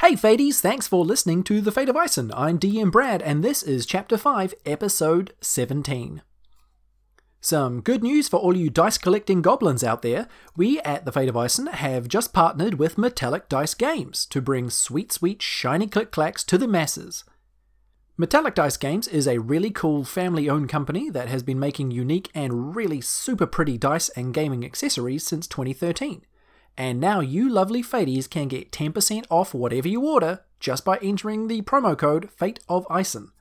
Hey Fades, thanks for listening to The Fate of Ison. I'm DM Brad, and this is Chapter 5, Episode 17. Some good news for all you dice collecting goblins out there. We at The Fate of Ison have just partnered with Metallic Dice Games to bring sweet, sweet, shiny click clacks to the masses. Metallic Dice Games is a really cool family owned company that has been making unique and really super pretty dice and gaming accessories since 2013. And now you lovely Faties can get 10% off whatever you order just by entering the promo code Fate of Ison.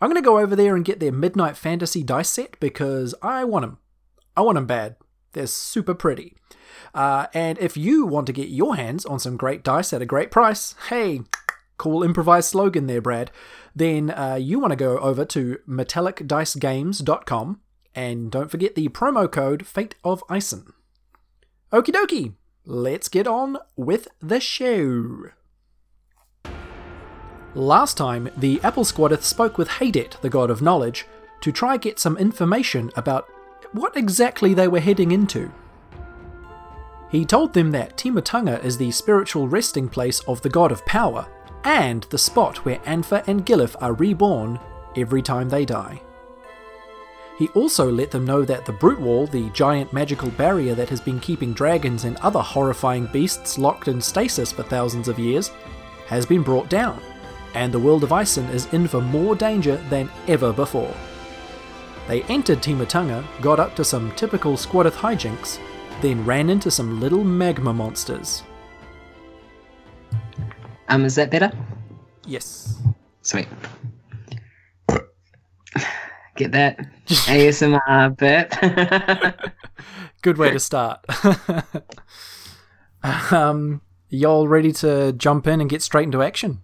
I'm going to go over there and get their Midnight Fantasy dice set because I want them. I want them bad. They're super pretty. Uh, and if you want to get your hands on some great dice at a great price, hey, cool improvised slogan there, Brad, then uh, you want to go over to metallicdicegames.com and don't forget the promo code Fate of Ison. Okie dokie, let's get on with the show. Last time, the Apple Squadeth spoke with Hadet, the god of knowledge, to try get some information about what exactly they were heading into. He told them that Timatunga is the spiritual resting place of the god of power, and the spot where Anfa and Gilif are reborn every time they die. He also let them know that the Brute Wall, the giant magical barrier that has been keeping dragons and other horrifying beasts locked in stasis for thousands of years, has been brought down, and the world of Ison is in for more danger than ever before. They entered Timatunga, got up to some typical Squadeth hijinks, then ran into some little magma monsters. Um, is that better? Yes. Sweet. Get that ASMR bit. Good way to start. um, y'all ready to jump in and get straight into action?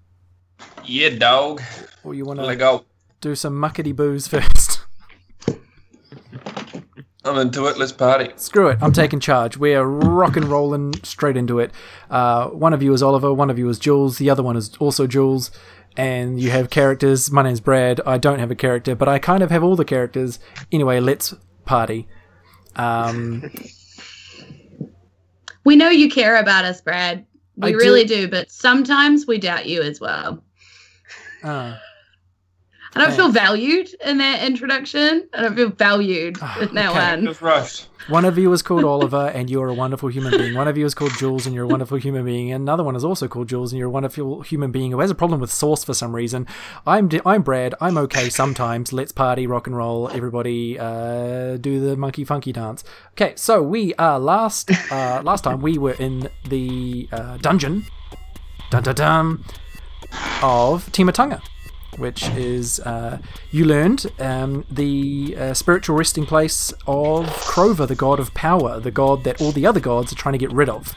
Yeah, dog. Or you want Let to go. do some muckety boos first? I'm into it. Let's party. Screw it, I'm taking charge. We're rock and rolling straight into it. Uh, one of you is Oliver, one of you is Jules, the other one is also Jules, and you have characters. My name's Brad. I don't have a character, but I kind of have all the characters. Anyway, let's party. Um, We know you care about us, Brad. I We do. really do. but sometimes we doubt you as well. uh, I don't feel valued in that introduction. I don't feel valued Ah, in that okay. one. Just rushed. one of you is called Oliver, and you're a wonderful human being. One of you is called Jules, and you're a wonderful human being. And another one is also called Jules, and you're a wonderful human being who has a problem with sauce for some reason. I'm D- I'm Brad. I'm okay sometimes. Let's party, rock and roll, everybody. Uh, do the monkey funky dance. Okay, so we are last uh, last time we were in the uh, dungeon, dun dun dun, of Timatunga which is uh, you learned um, the uh, spiritual resting place of Crover, the god of power, the god that all the other gods are trying to get rid of.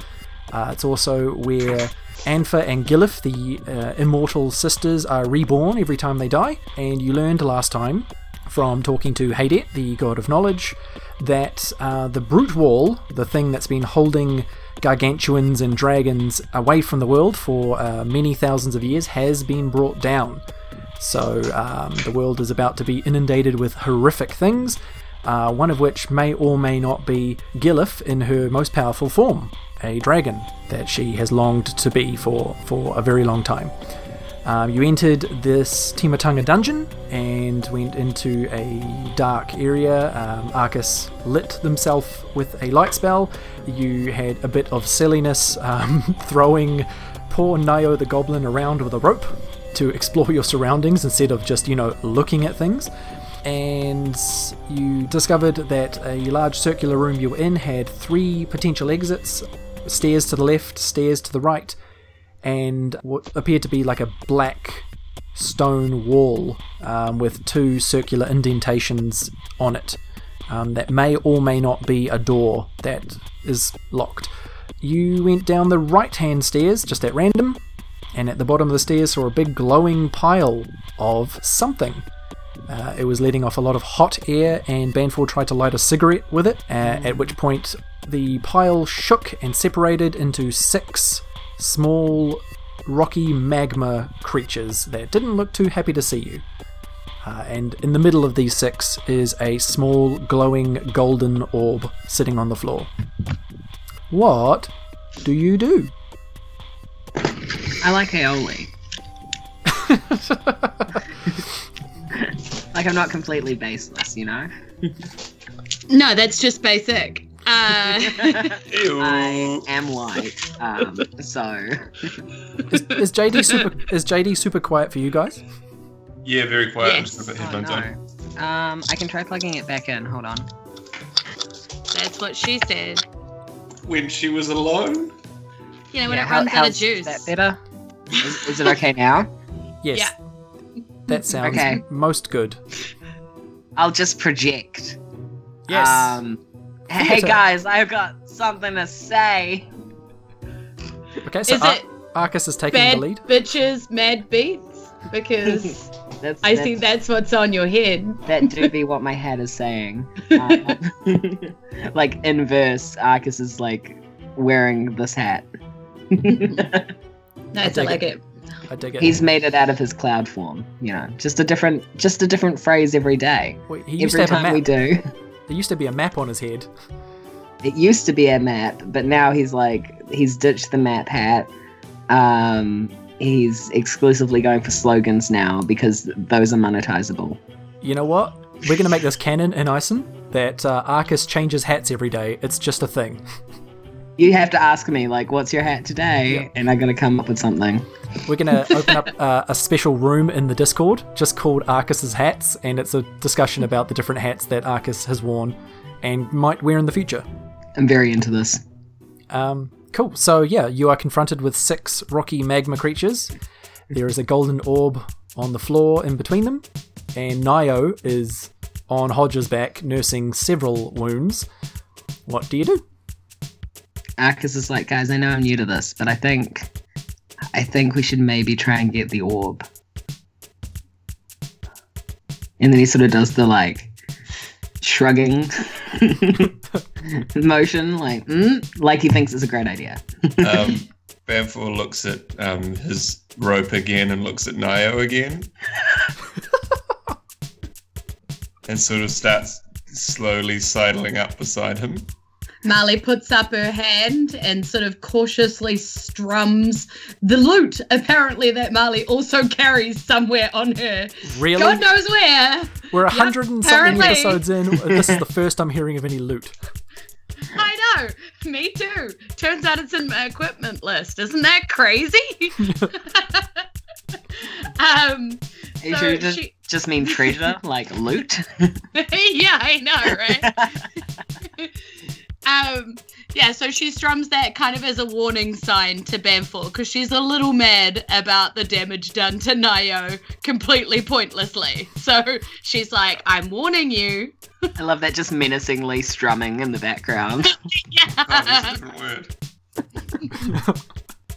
Uh, it's also where Anfa and Gilif, the uh, immortal sisters, are reborn every time they die. And you learned last time from talking to Hadet, the god of knowledge, that uh, the brute wall, the thing that's been holding gargantuans and dragons away from the world for uh, many thousands of years, has been brought down. So um, the world is about to be inundated with horrific things, uh, one of which may or may not be Gilif in her most powerful form, a dragon that she has longed to be for, for a very long time. Um, you entered this Timatunga dungeon and went into a dark area. Um, Arcus lit himself with a light spell. You had a bit of silliness um, throwing poor Nio the goblin around with a rope to explore your surroundings instead of just, you know, looking at things. And you discovered that a large circular room you were in had three potential exits stairs to the left, stairs to the right, and what appeared to be like a black stone wall um, with two circular indentations on it um, that may or may not be a door that is locked. You went down the right hand stairs just at random, and at the bottom of the stairs saw a big glowing pile of something. Uh, it was letting off a lot of hot air, and Banfor tried to light a cigarette with it, uh, at which point the pile shook and separated into six small rocky magma creatures that didn't look too happy to see you. Uh, and in the middle of these six is a small glowing golden orb sitting on the floor. What do you do? I like aioli. Like I'm not completely baseless, you know. No, that's just basic. Uh, Ew. I am white, um, so Is, is JD super? Is JD super quiet for you guys? yeah, very quiet. I'm just Yes. gonna put Oh, headphones on. no. Um, I can try plugging it back in. Hold on. that's what she said. When she was alone? You know, when Yeah, it how- runs out of how's juice. That better? Is, is it okay now? Yes. That sounds Okay. most good. I'll just project. Yes. Um, hey Theater. guys, I've got something to say. okay, so Is Ar- it Arcus is taking bad the lead. bitches, mad beats? Because That's, I that's, think that's what's on your head. that do be what my head is saying. Um, like in verse, Arcus is like wearing this hat. Nice, I I dig like it. I dig it. He's made it out of his cloud form. You know, just a different, just a different phrase every day. Wait, he used Every to have a time we map. do. There used to be a map on his head. it used to be a map, but now he's like he's ditched the map hat. Um, he's exclusively going for slogans now because those are monetizable. You know what? We're going to make this canon in Ison that uh, Arcus changes hats every day. It's just a thing. You have to ask me like, "What's your hat today?" Yeah. and I'm gonna come up with something. We're going to open up uh, a special room in the Discord just called Arcus's Hats, and it's a discussion about the different hats that Arcus has worn and might wear in the future. I'm very into this. Um, cool. So yeah, you are confronted with six rocky magma creatures. There is a golden orb on the floor in between them, and Nio is on Hodge's back, nursing several wounds. What do you do? Arcus is like, guys, I know I'm new to this, but I think, I think we should maybe try and get the orb. And then he sort of does the like shrugging motion, like, mm, like he thinks it's a great idea. Um, Bamfor looks at um, his rope again and looks at Nio again. and sort of starts slowly sidling up beside him. Marley puts up her hand and sort of cautiously strums the lute, apparently, that Marley also carries somewhere on her. Really? God knows where. We're a hundred and something apparently. episodes in. This is the first I'm hearing of any loot. I know. Me too. Turns out it's in my equipment list. Isn't that crazy? um, You So sure you just, she- just mean treasure, like loot? yeah, I know, right? um, yeah, so she strums that kind of as a warning sign to Bamfor because she's a little mad about the damage done to Nio completely pointlessly. So she's like, I'm warning you. I love that just menacingly strumming in the background. Oh, that's a Yeah. different word.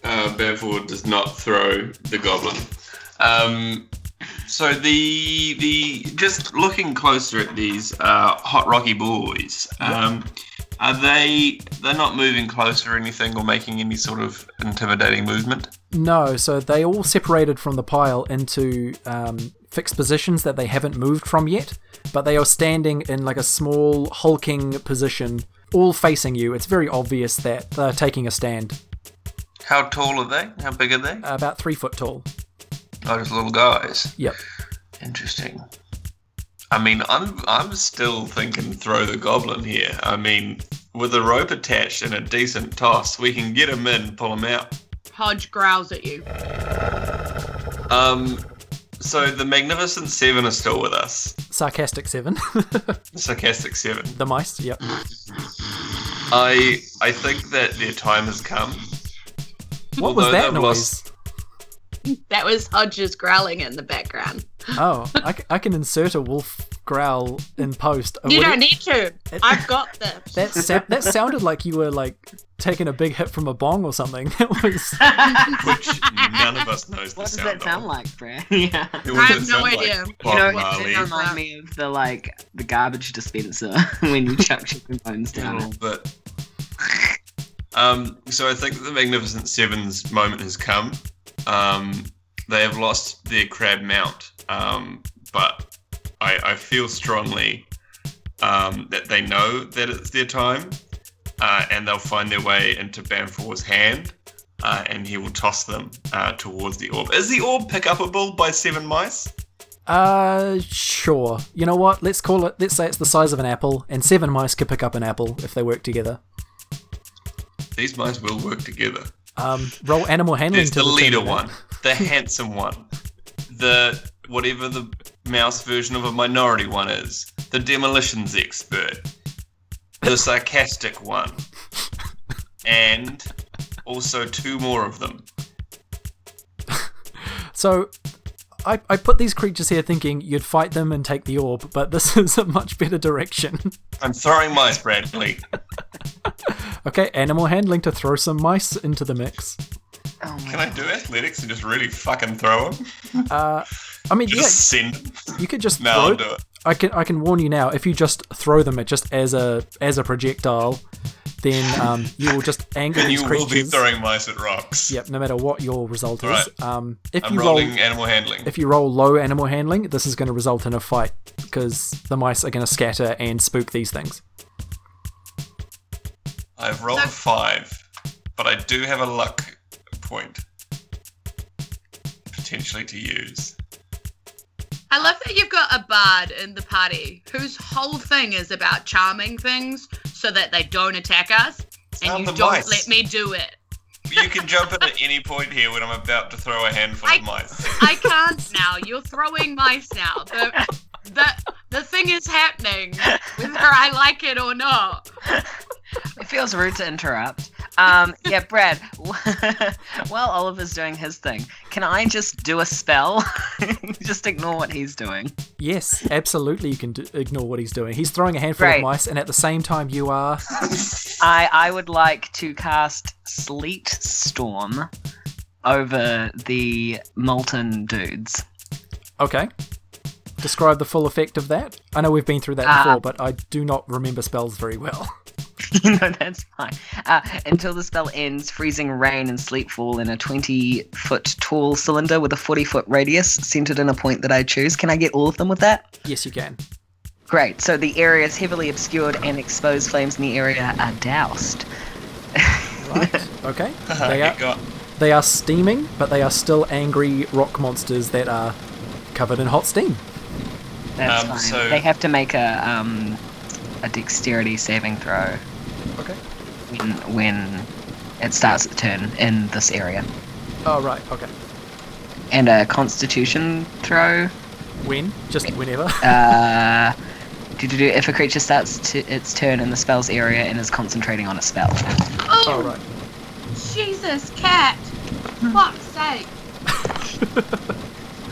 uh, Bamford does not throw the goblin. Um, so the the just looking closer at these uh, hot rocky boys, um, are they they're not moving closer or anything or making any sort of intimidating movement? No, so they all separated from the pile into um, fixed positions that they haven't moved from yet, but they are standing in like a small hulking position, all facing you. It's very obvious that they're taking a stand, How tall are they? How big are they? about three foot tall. Oh, just little guys. Yep. Interesting. I mean, I'm I'm still thinking throw the goblin here. I mean, with a rope attached and a decent toss, we can get him in, pull him out. Hodge growls at you. Um, so the Magnificent Seven are still with us. Sarcastic seven, Sarcastic Seven. the mice. Yep. I I think that their time has come. What was Although that they've noise? lost- That was Hodge's growling in the background. Oh, I, c- I can insert a wolf growl in post. Uh, You would it- don't need to. I've got this. that sa- that sounded like you were like taking a big hit from a bong or something. That was. Which none of us knows the what does sound that sound of. like, Brad? yeah. It I have doesn't no sound like idea. You Bob know, it Marley. did remind me of the like the garbage dispenser when you chuck chicken bones a down. little bit. Um, so I think that the Magnificent Seven's moment has come. Um, they have lost their crab mount, um, but I, I feel strongly um, that they know that it's their time, uh, and they'll find their way into Bamfor's hand, uh, and he will toss them uh, towards the orb. Is the orb pick upable by seven mice? Uh, sure. You know what? Let's call it. Let's say it's the size of an apple, and seven mice could pick up an apple if they work together. These mice will work together. Um, roll animal handling There's to the leader terminator. one, the handsome one, the whatever the mouse version of a minority one is, the demolitions expert, the sarcastic one, and also two more of them. So, I, I put these creatures here thinking you'd fight them and take the orb, but this is a much better direction. I'm throwing mice, Bradley. okay, animal handling to throw some mice into the mix. Oh my Can I do athletics and just really fucking throw them? Uh, I mean, Just send them. yeah, you could just No, throw I'll it. do it. I can I can warn you now. If you just throw them at just as a as a projectile, then um, you will just anger And these you will creatures. be throwing mice at rocks. Yep, no matter what your result is. Alright. Um, if I'm you rolling roll animal handling. if you roll low animal handling, this is going to result in a fight because the mice are going to scatter and spook these things. I've rolled So- five, but I do have a luck point potentially to use. I love that you've got a bard in the party whose whole thing is about charming things so that they don't attack us, and Sound the you don't mice. let me do it. You can jump in at any point here when I'm about to throw a handful I- of mice. I can't now. You're throwing mice now. The, the, the thing is happening, whether I like it or not. It feels rude to interrupt. Um, yeah, Brad. while Oliver's doing his thing, can I just do a spell? just ignore what he's doing. Yes, absolutely. You can d- ignore what he's doing. He's throwing a handful of Right. mice, and at the same time, you are. I I would like to cast Sleet Storm over the molten dudes. Okay. Describe the full effect of that. I know we've been through that Ah. before, but I do not remember spells very well. you know that's fine. Uh, until the spell ends, freezing rain and sleet fall in a 20 foot tall cylinder with a 40 foot radius centered in a point that I choose. Can I get all of them with that? Yes, you can. Great. So the area is heavily obscured and exposed flames in the area are doused. Right. Okay. They Get are, got. they are steaming, but they are still angry rock monsters that are covered in hot steam. That's Um, fine. so- They have to make a um, a dexterity saving throw Okay. when when it starts the turn in this area, Oh, right. Okay. and a Constitution throw. When? Just whenever. Uh, do do do. If a creature starts to its turn in the spell's area and is concentrating on a spell. Oh, All right. Jesus, cat. Fuck's sake.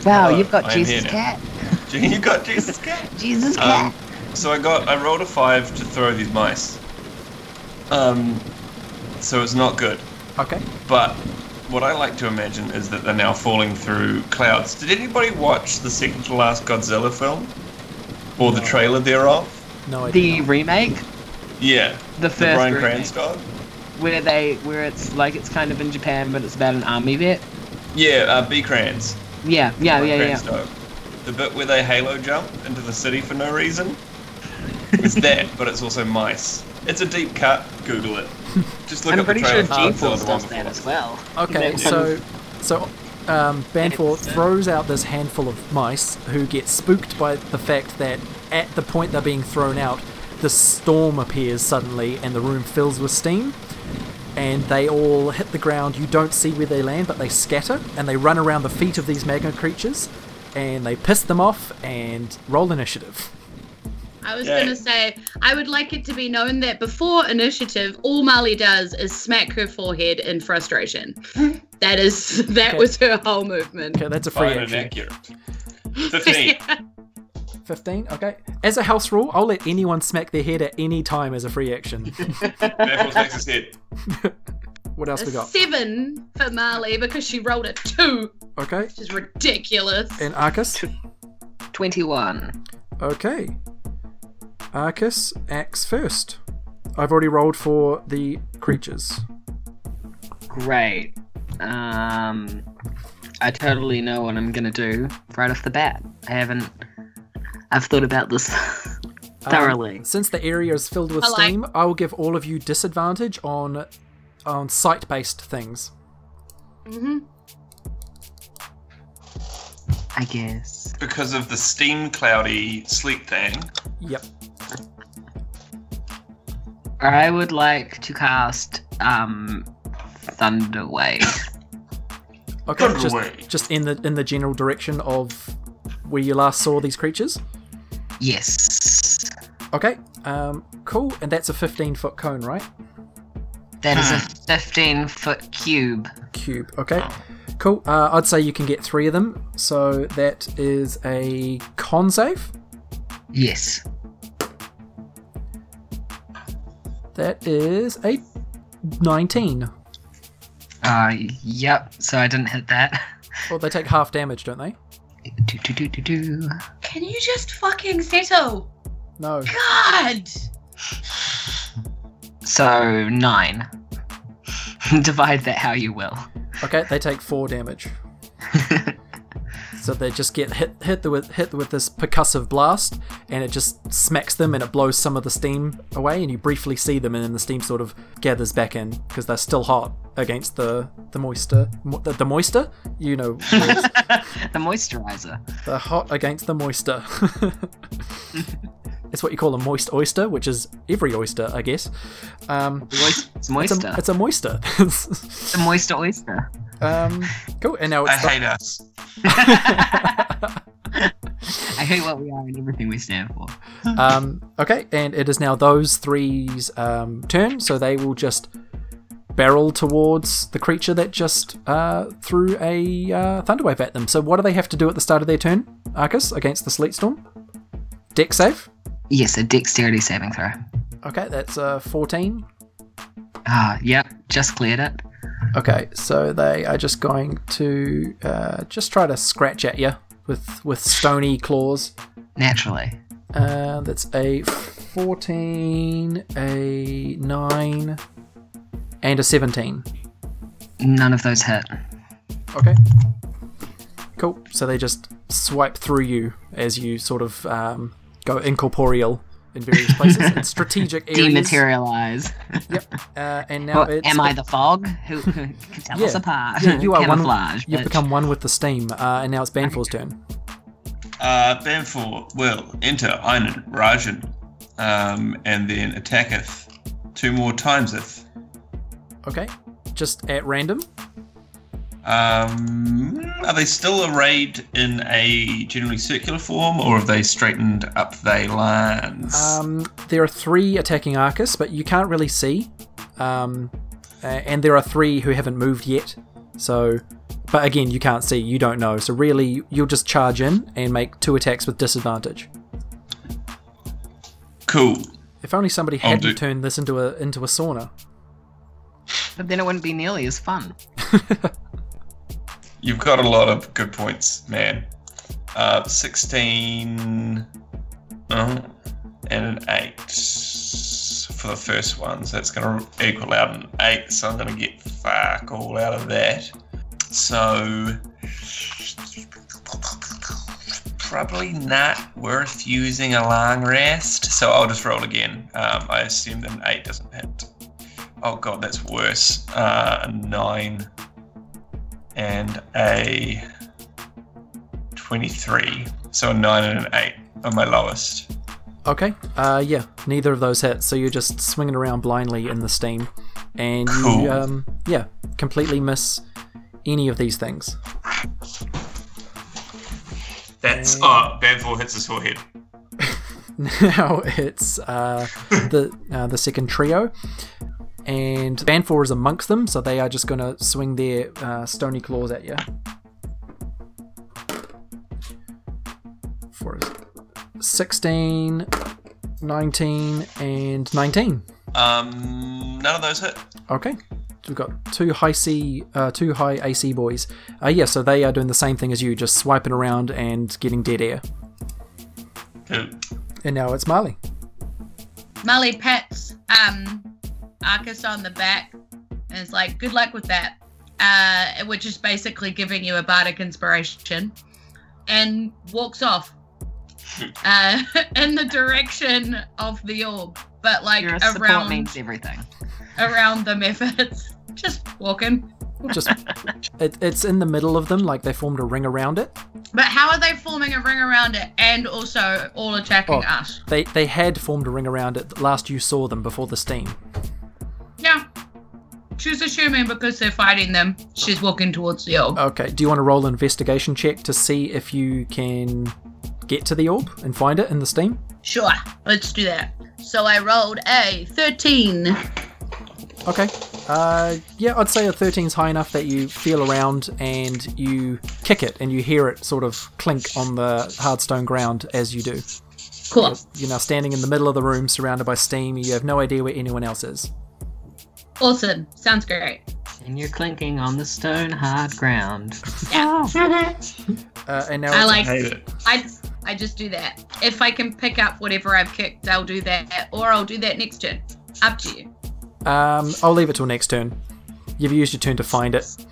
Wow, Hello, you've got I'm Jesus here now. cat. You got Jesus cat. Jesus Um, cat. so I got. I rolled a five to throw these mice. Um, so it's not good. Okay. But what I like to imagine is that they're now falling through clouds. Did anybody watch the second to last Godzilla film? Or the trailer thereof? No idea. the remake, Yeah. the The first Brian remake, Cranston? where they where it's like it's kind of in Japan, but it's about an army vet. Yeah, uh, B. Crans. Yeah, Oh, yeah, yeah, yeah. Cranston. The bit where they halo jump into the city for no reason? It's that, but it's also mice. It's a deep cut. Google it. Just look I'm up the pretty sure trailer. for G Godzilla, Force the does one that before. as well. Okay, That so so um, Banfor It's, uh, throws out this handful of mice who get spooked by the fact that at the point they're being thrown out, the storm appears suddenly and the room fills with steam. And they all hit the ground. You don't see where they land, but they scatter and they run around the feet of these magma creatures, and they piss them off and roll initiative. I was Yeah. going to say, I would like it to be known that before initiative, all Molly does is smack her forehead in frustration. that is, that Okay. was her whole movement. Okay, that's a free Fine and action. accurate. 15. Fifteen. Okay. As a house rule, I'll let anyone smack their head at any time as a free action. Therefore, takes his head. what else we A got? seven for Marley because she rolled a two, Okay. which is ridiculous. And Arcus? Twenty-one. Okay. Arcus acts first. I've already rolled for the creatures. Great. Um, I totally know what I'm gonna do right off the bat. I haven't. I've thought about this Um, thoroughly. Since the area is filled with I like- steam, I will give all of you disadvantage on on sight-based things. hmm I guess. because of the steam cloudy sleep thing. Yep. I would like to cast um, Thunder Wave. Okay. Thunder Just, wave. just in the in the general direction of where you last saw these creatures. Yes. Okay. Um, cool. And that's a 15 foot cone, right? That is a 15 foot cube. Cube. Okay. Cool. Uh, I'd say you can get three of them. So that is a con save. Yes. That is a 19. Uh, yep. So I didn't hit that. Well, they take half damage, don't they? Do, do, do, do, do. Can you just fucking settle? No. God! So nine. Divide that how you will. Okay, they take four damage. so they just get hit hit the, with hit with this percussive blast, and it just smacks them, and it blows some of the steam away, and you briefly see them, and then the steam sort of gathers back in because they're still hot against the the moisture mo- the, the moisture. You know, words. The moisturizer. they're hot against the moisture. it's what you call a moist oyster, which is every oyster, I guess. Um, Moist- It's it's moister. a, it's a moisture. It's a moister oyster. um, cool. And now I it's the- hate us. I hate what we are and everything we stand for. Um, okay, and it is now those three's um, turn, so they will just barrel towards the creature that just uh, threw a uh, thunderwave at them. So, what do they have to do at the start of their turn, Arcus, against the sleet storm? Deck save. Yes, a dexterity saving throw. Okay, that's uh, 14. Ah, yep. Just cleared it. Okay, so they are just going to uh, just try to scratch at you with with stony claws. Naturally. Uh, that's a 14, a 9, and a 17. None of those hit. Okay. Cool. So they just swipe through you as you sort of um, go incorporeal in various places and strategic areas. Dematerialize. Uh, and now Well, it's am I the fog? Who, who can tell us Yeah. apart? Yeah, you are one- Camouflage. You've bitch. become one with the steam, uh, and now it's Banful's turn. Uh, Banfor will enter Einan Rajan um, and then attacketh two more timeseth. Okay. Just at random. Um, are they still arrayed in a generally circular form or have they straightened up their lines? Um, there are three attacking Arcus, but you can't really see. Um, a- and there are three who haven't moved yet. So, but again, you can't see. You don't know. So really, you'll just charge in and make two attacks with disadvantage. cool. If only somebody I'll hadn't do- turned this into a into a sauna. But then it wouldn't be nearly as fun. You've got a lot of good points, man. Uh, 16 uh, and an 8 for the first one, so that's going to equal out an 8, so I'm going to get fuck all out of that. So, probably not worth using a long rest, so I'll just roll again. Um, I assume that an 8 doesn't hit. Oh god, that's worse. Uh, a 9 and a 23. So a 9 and an 8 on my lowest. Okay. Uh, yeah. Neither of those hit. So you're just swinging around blindly in the steam, and Cool. you um, yeah, completely miss any of these things. That's. Oh, Banfor hits his forehead. now it's uh, the uh, the second trio, and Banfor is amongst them, so they are just going to swing their uh, stony claws at you. For 16, 19, and 19. Um, none of those hit. Okay. We've got two high C, uh, two high AC boys. Uh, yeah, so they are doing the same thing as you, just swiping around and getting dead air. Cool. And now it's Marley. Molly pats um, Arcus on the back and is like, good luck with that. Uh, which is basically giving you a bardic inspiration and walks off uh, in the direction of the orb, but like Your support around means everything. around the methods. Just walking. Just it, it's in the middle of them, like they formed a ring around it. But how are they forming a ring around it and also all attacking Oh. us? They they had formed a ring around it last you saw them before the steam. Yeah. She's assuming because they're fighting them, she's walking towards the orb. Okay, do you want to roll an investigation check to see if you can get to the orb and find it in the steam? Sure, let's do that. So I rolled a 13. Okay. Uh, yeah, I'd say a 13's high enough that you feel around and you kick it and you hear it sort of clink on the hard stone ground as you do. Cool. You're now standing in the middle of the room surrounded by steam. You have no idea where anyone else is. Awesome. Sounds great. And you're clinking on the stone hard ground. Oh, Uh, and now I it's- like hate it. I I just do that. If I can pick up whatever I've kicked, I'll do that, or I'll do that next turn. Up to you. Um, I'll leave it till next turn. You've used your turn to find it.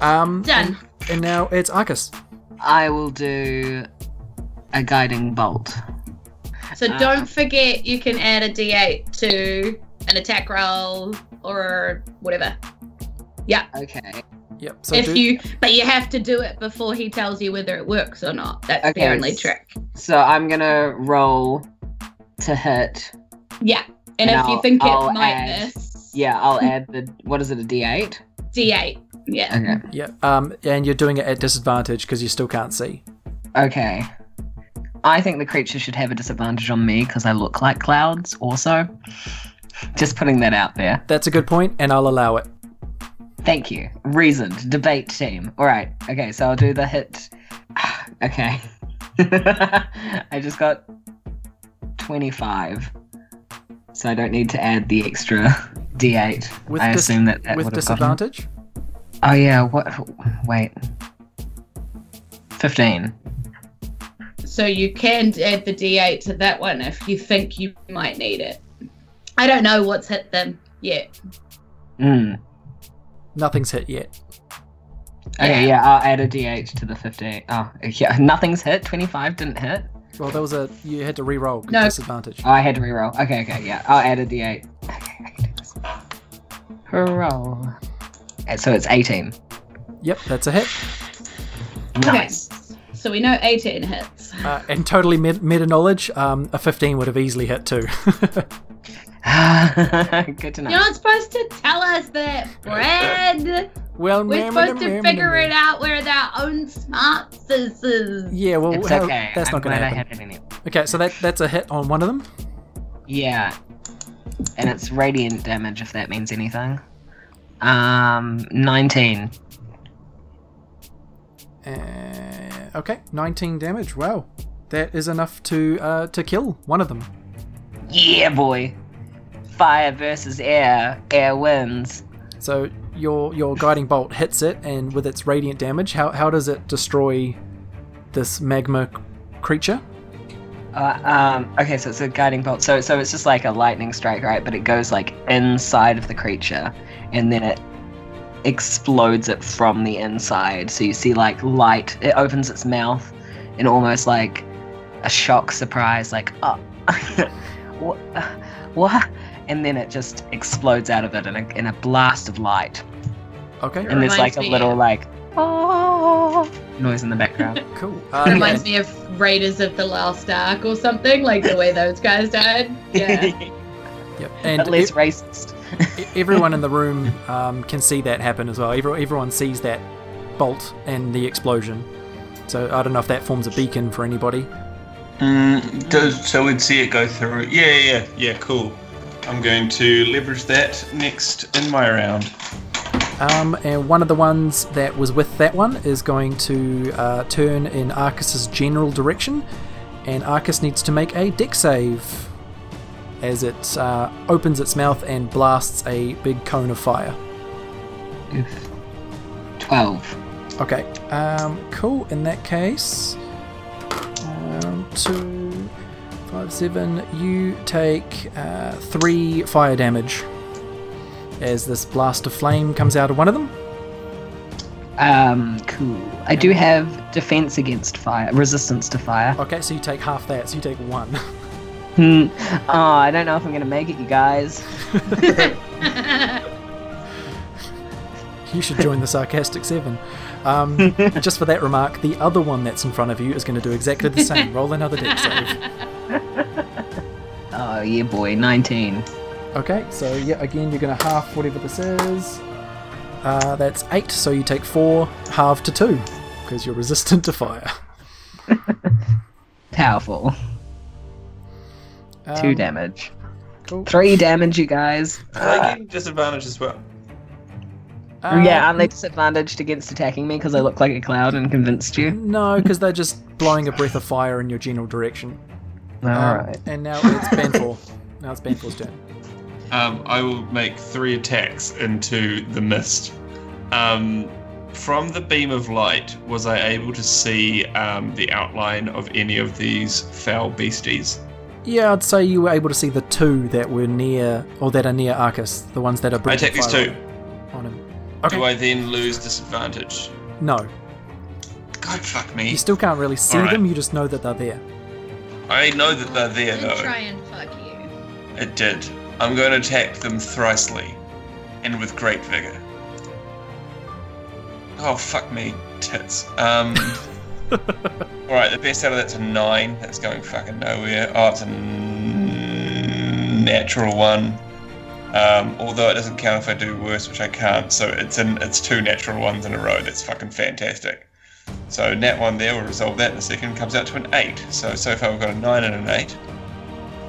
Um, Done. And, and now it's Arcus. I will do a guiding bolt. So Uh, don't forget you can add a d8 to an attack roll or whatever. Okay. Yep. So if do, you, but you have to do it before he tells you whether it works or not. That's Okay. the only trick. So I'm gonna roll to hit. Yeah, and, if And you I'll- think it I'll might add- miss, Yeah, I'll add the what is it, a D eight? d8. Yeah. Okay. yeah. Um, and you're doing it at disadvantage because you still can't see. Okay. I think the creature should have a disadvantage on me because I look like clouds, also. Just putting that out there. That's a good point, and I'll allow it. Thank you. Reasoned debate team. All right. Okay, so I'll do the hit. okay. I just got 25. So I don't need to add the extra D8. With I dis- assume that that With would have gotten. disadvantage. Oh yeah. What? Wait. 15. So you can add the d8 to that one if you think you might need it. I don't know what's hit them yet. Mm. Nothing's hit yet. Okay. Yeah. Yeah. I'll add a D8 to the 15. Oh, yeah. Nothing's hit. 25 didn't hit. Well, there was a you had to re-roll 'cause No. disadvantage. Oh, I had to reroll. Okay. Okay. Yeah. I'll add a D8. Okay. I can do this. Roll. And So it's 18. Yep, that's a hit, Nice. Okay. So we know 18 hits. uh, and totally med- meta knowledge. Um, a fifteen would have easily hit too. Good to know. You're not supposed to tell us that, Brad. well, We're mem- supposed to mem- figure mem- it out with our own smart senses. Yeah, well, It's how- okay. that's I'm not going glad to I happen. had it anyway. Okay, so that that's a hit on one of them. Yeah. And it's radiant damage if that means anything. Um, 19. Uh, okay, 19 damage. Wow, that is enough to uh, to kill one of them. Yeah, boy. Fire versus air. Air wins. So your your guiding bolt hits it, and with its radiant damage, how how does it destroy this magma c- creature? Uh, um, okay, so it's a guiding bolt. So, so it's just like a lightning strike, right? But it goes like inside of the creature, and then it explodes it from the inside. So you see like light. It opens its mouth, and almost like a shock surprise, like oh, what, what? And then it just explodes out of it in a, in a blast of light. Okay, and there's like reminds a me- little like oh noise in the background. cool. It Um, reminds me of Raiders of the Lost Ark or something, like the way those guys died. Yeah. yep, and At least e- racist. e- everyone in the room um, can see that happen as well. Everyone, everyone sees that bolt and the explosion. So I don't know if that forms a beacon for anybody. Mm, does, so we'd see it go through. Yeah, yeah, yeah, yeah, cool. I'm going to leverage that next in my round. Um, and one of the ones that was with that one is going to uh, turn in Arcus's general direction, and Arcus needs to make a deck save as it uh, opens its mouth and blasts a big cone of fire. 12. Okay, um, cool. In that case, um, two, five, seven. You take uh, three fire damage as this blast of flame comes out of one of them. Um, cool. I do have defense against fire, resistance to fire. Okay, so you take half that, so you take one. Hmm. oh, I don't know if I'm gonna make it, you guys. You should join the Sarcastic Seven. Um, just for that remark, the other one that's in front of you is going to do exactly the same. Roll another deck save. Oh, yeah, boy. 19. Okay, so yeah, again, you're going to half whatever this is. Uh, that's eight, so you take four, half to two, because you're resistant to fire. Powerful. Um, Two damage. cool. Three damage, you guys. Are they getting disadvantage as well? Uh, yeah, aren't they disadvantaged against attacking me because I look like a cloud and convinced you? No, because they're just blowing a breath of fire in your general direction. Um, Alright. And now it's Banfor. now it's Banfor's turn. Um, I will make three attacks into the mist. Um, from the beam of light, was I able to see um, the outline of any of these foul beasties? Yeah, I'd say you were able to see the two that were near, or that are near Arcus, the ones that are I breathing take these fire two. on him. Do I then lose disadvantage? No, God fuck you me. still can't really see Alright. them. You just know that they're there. I know that they're there They try though. and fuck you. It did. I'm going to attack them thricely, and with great vigor. Oh fuck me, tits. Um. all right, the best out of that's a nine. That's going fucking nowhere. Oh, it's a n- natural one. Um, although it doesn't count if I do worse, which I can't. So it's in it's two natural ones in a row. That's fucking fantastic. So nat one there. We'll resolve that in a second. Comes out to an eight. So so far we've got a nine and an eight.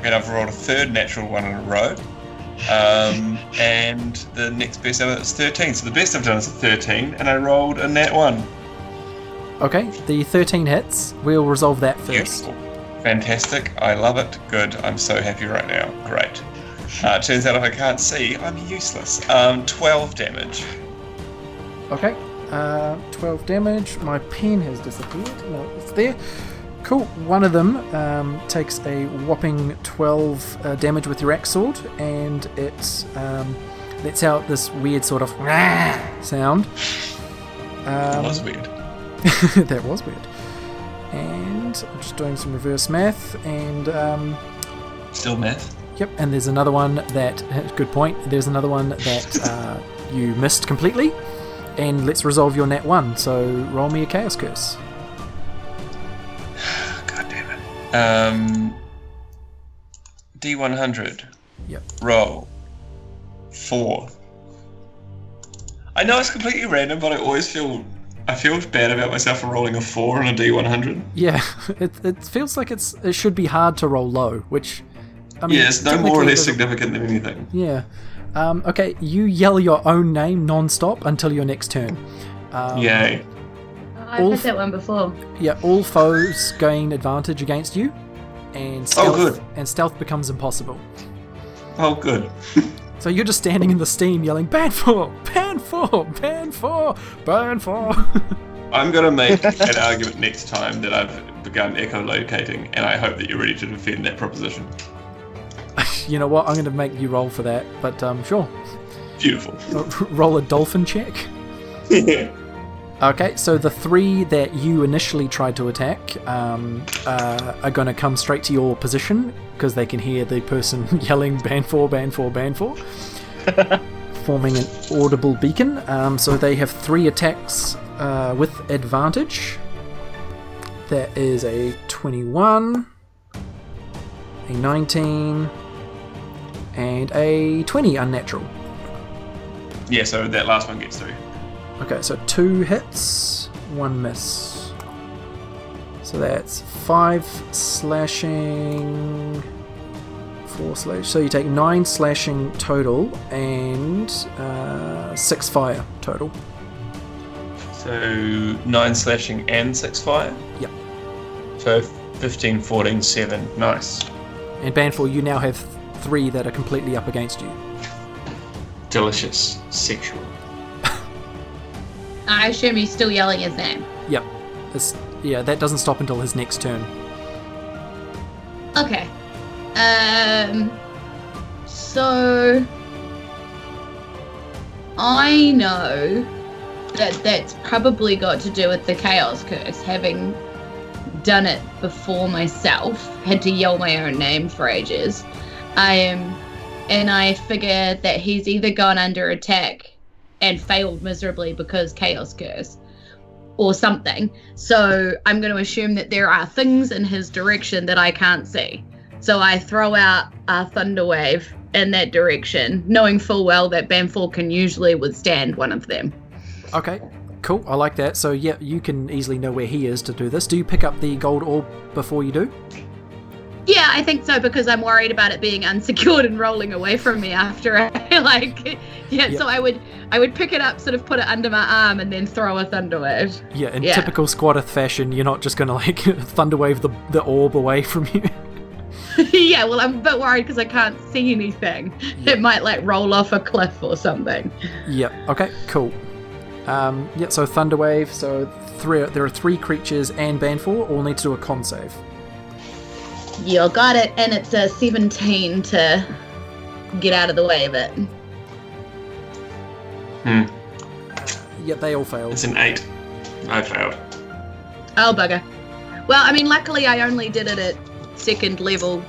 And I've rolled a third natural one in a row. Um, and the next best out of it is 13. So the best I've done is a 13, and I rolled a nat 1. Okay, the thirteen hits. We'll resolve that first. Beautiful. Fantastic. I love it. Good. I'm so happy right now. Great. Uh, turns out if I can't see, I'm useless. Um, 12 damage. Okay, uh, twelve damage. My pen has disappeared. No, it's there. Cool. One of them um, takes a whopping twelve uh, damage with your axe sword, and it um, lets out this weird sort of sound. That Um, was weird. that was weird. And I'm just doing some reverse math, and um, Still math. yep, and there's another one that. Good point. There's another one that uh, you missed completely, and let's resolve your net one. So roll me a chaos curse. Oh, God damn it. Um, D100. Yep. Roll. 4. I know it's completely random, but I always feel. I feel bad about myself for rolling a 4 on a D100. Yeah, it, it feels like it's it should be hard to roll low, which I mean, yeah, it's no more or technically less it doesn't- significant than anything. Yeah. Um, okay, you yell your own name non-stop until your next turn. Um, Yay. Oh, I've All had f- that one before. Yeah, all foes gain advantage against you, and stealth, Oh, good. and stealth becomes impossible. Oh, good. So you're just standing in the steam yelling, Ban for! Ban for! Ban for! Ban for! I'm going to make an argument next time that I've begun echolocating, and I hope that you're ready to defend that proposition. you know what? I'm going to make you roll for that, but um, sure. Beautiful. R- roll a dolphin check. Okay, so the three that you initially tried to attack um, uh, are going to come straight to your position because they can hear the person yelling "ban for, ban for, ban for," forming an audible beacon. Um, so they have three attacks uh, with advantage. That is a twenty-one, a nineteen, and a twenty unnatural. yeah, so that last one gets through. Okay, so two hits, one miss. So that's five slashing, four slash. So you take nine slashing total and uh, six fire total. So 9 slashing and 6 fire? Yep. So 15, 14, 7. Nice. And Banfor, you now have three that are completely up against you. Delicious. Sexual. I assume he's still yelling his name. Yep. It's, yeah, that doesn't stop until his next turn. Okay. Um. So I know that that's probably got to do with the chaos curse, having done it before myself, had to yell my own name for ages. I am, and I figure that he's either gone under attack and failed miserably because chaos curse or something. So I'm going to assume that there are things in his direction that I can't see. So I throw out a thunder wave in that direction, knowing full well that Banful can usually withstand one of them. Okay, cool. I like that. So yeah, you can easily know where he is to do this. Do you pick up the gold orb before you do? Yeah, I think so because I'm worried about it being unsecured and rolling away from me after I like. Yeah, Yeah. so I would I would pick it up, sort of put it under my arm, and then throw a thunder wave. Yeah, in Yeah. typical Squadeth fashion, you're not just gonna like thunderwave the the orb away from you. yeah, well, I'm a bit worried because I can't see anything. Yeah. It might like roll off a cliff or something. Yep. Okay. Cool. Um, yeah. So Thunderwave. So three. There are three creatures and Banfor. All need to do a con save. You got it, and it's a 17 to get out of the way of it. Yeah, they all fail. It's an eight. I failed. Oh bugger. Well, I mean, luckily I only did it at second level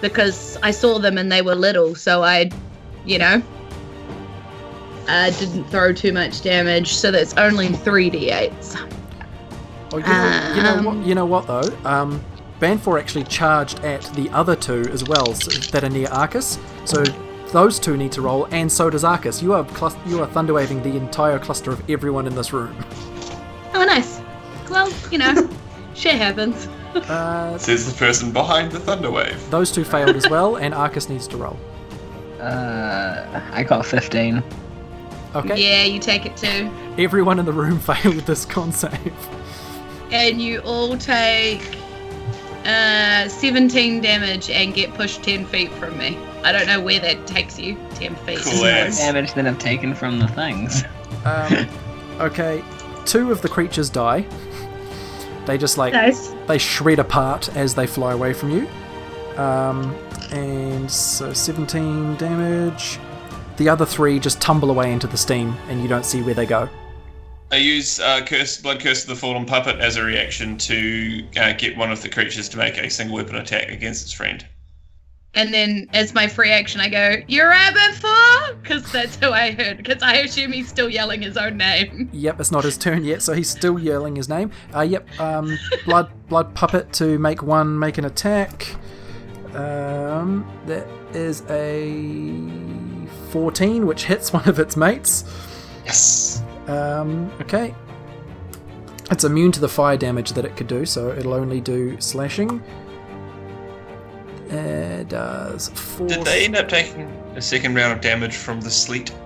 because I saw them and they were little, so I, you know, I didn't throw too much damage. So that's only three d8s. Oh, you, know, you know Um. what? You know what though? Um, Banfor actually charged at the other two as well so, that are near Arcus. So those two need to roll, and so does Arcus. You are clus- you are thunderwaving the entire cluster of everyone in this room. Oh, nice. Well, you know, shit happens. Uh, Says the person behind the thunderwave. those two failed as well, and Arcus needs to roll. Uh, I got 15. Okay. Yeah, you take it too, Everyone in the room failed this con save. and you all take uh 17 damage and get pushed 10 feet from me. I don't know where that takes you. 10 feet. Cool ass. Damage that I've taken from the things. Um, okay, two of the creatures die. They just like Nice. they shred apart as they fly away from you. Um, and so 17 damage. The other three just tumble away into the steam, and you don't see where they go. I use uh, Curse, Blood Curse of the Fallen Puppet as a reaction to uh, get one of the creatures to make a single weapon attack against its friend. And then as my free action, I go, You're rabbit four? Because that's who I heard. Because I assume he's still yelling his own name. Yep, it's not his turn yet, so he's still yelling his name. Uh, yep, um, blood blood puppet to make one make an attack. Um, that is a 14, which hits one of its mates. Yes. Um, okay. It's immune to the fire damage that it could do, so it'll only do slashing. It does four. Did they end up taking a second round of damage from the sleet?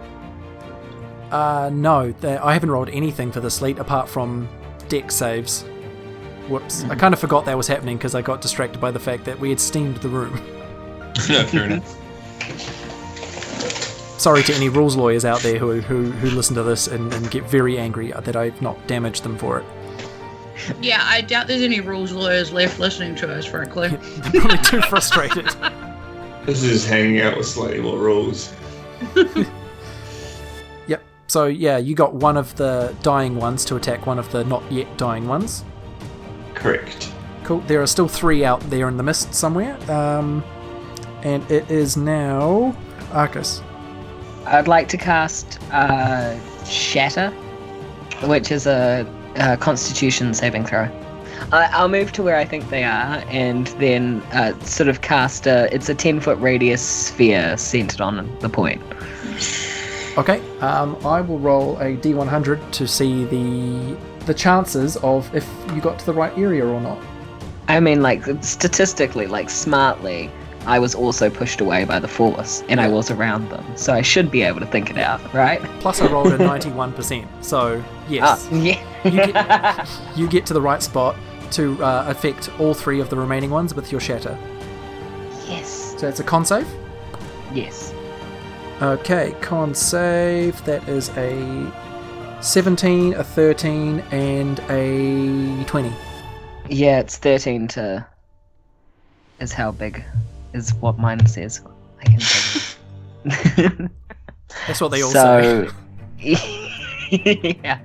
Uh, no, they- I haven't rolled anything for the sleet apart from deck saves. Whoops. I kind of forgot that was happening because I got distracted by the fact that we had steamed the room. no, fair enough. Sorry to any rules lawyers out there who, who, who listen to this and, and get very angry that I've not damaged them for it. Yeah, I doubt there's any rules lawyers left listening to us, frankly. They're probably too frustrated. This is hanging out with slightly more rules. Yep. So yeah, you got one of the dying ones to attack one of the not yet dying ones. Correct. Cool. There are still three out there in the mist somewhere. Um, and it is now Arcus. I'd like to cast uh, Shatter, which is a, a Constitution saving throw. I, I'll move to where I think they are, and then uh, sort of cast a. It's a ten foot radius sphere centered on the point. Okay. Um, I will roll a d100 to see the the chances of if you got to the right area or not. I mean, like statistically, like smartly, I was also pushed away by the force, and I was around them, so I should be able to think it out, right? Plus, I rolled a 91%. So yes, Ah, yeah. you, get, you get to the right spot to uh, affect all three of the remaining ones with your shatter. yes. So it's a con save. Yes. Okay, con save. That is a 17, a 13, and a 20. Yeah, it's 13 to. is how big, is what mine says. I can tell. That's what they all say. so. yeah.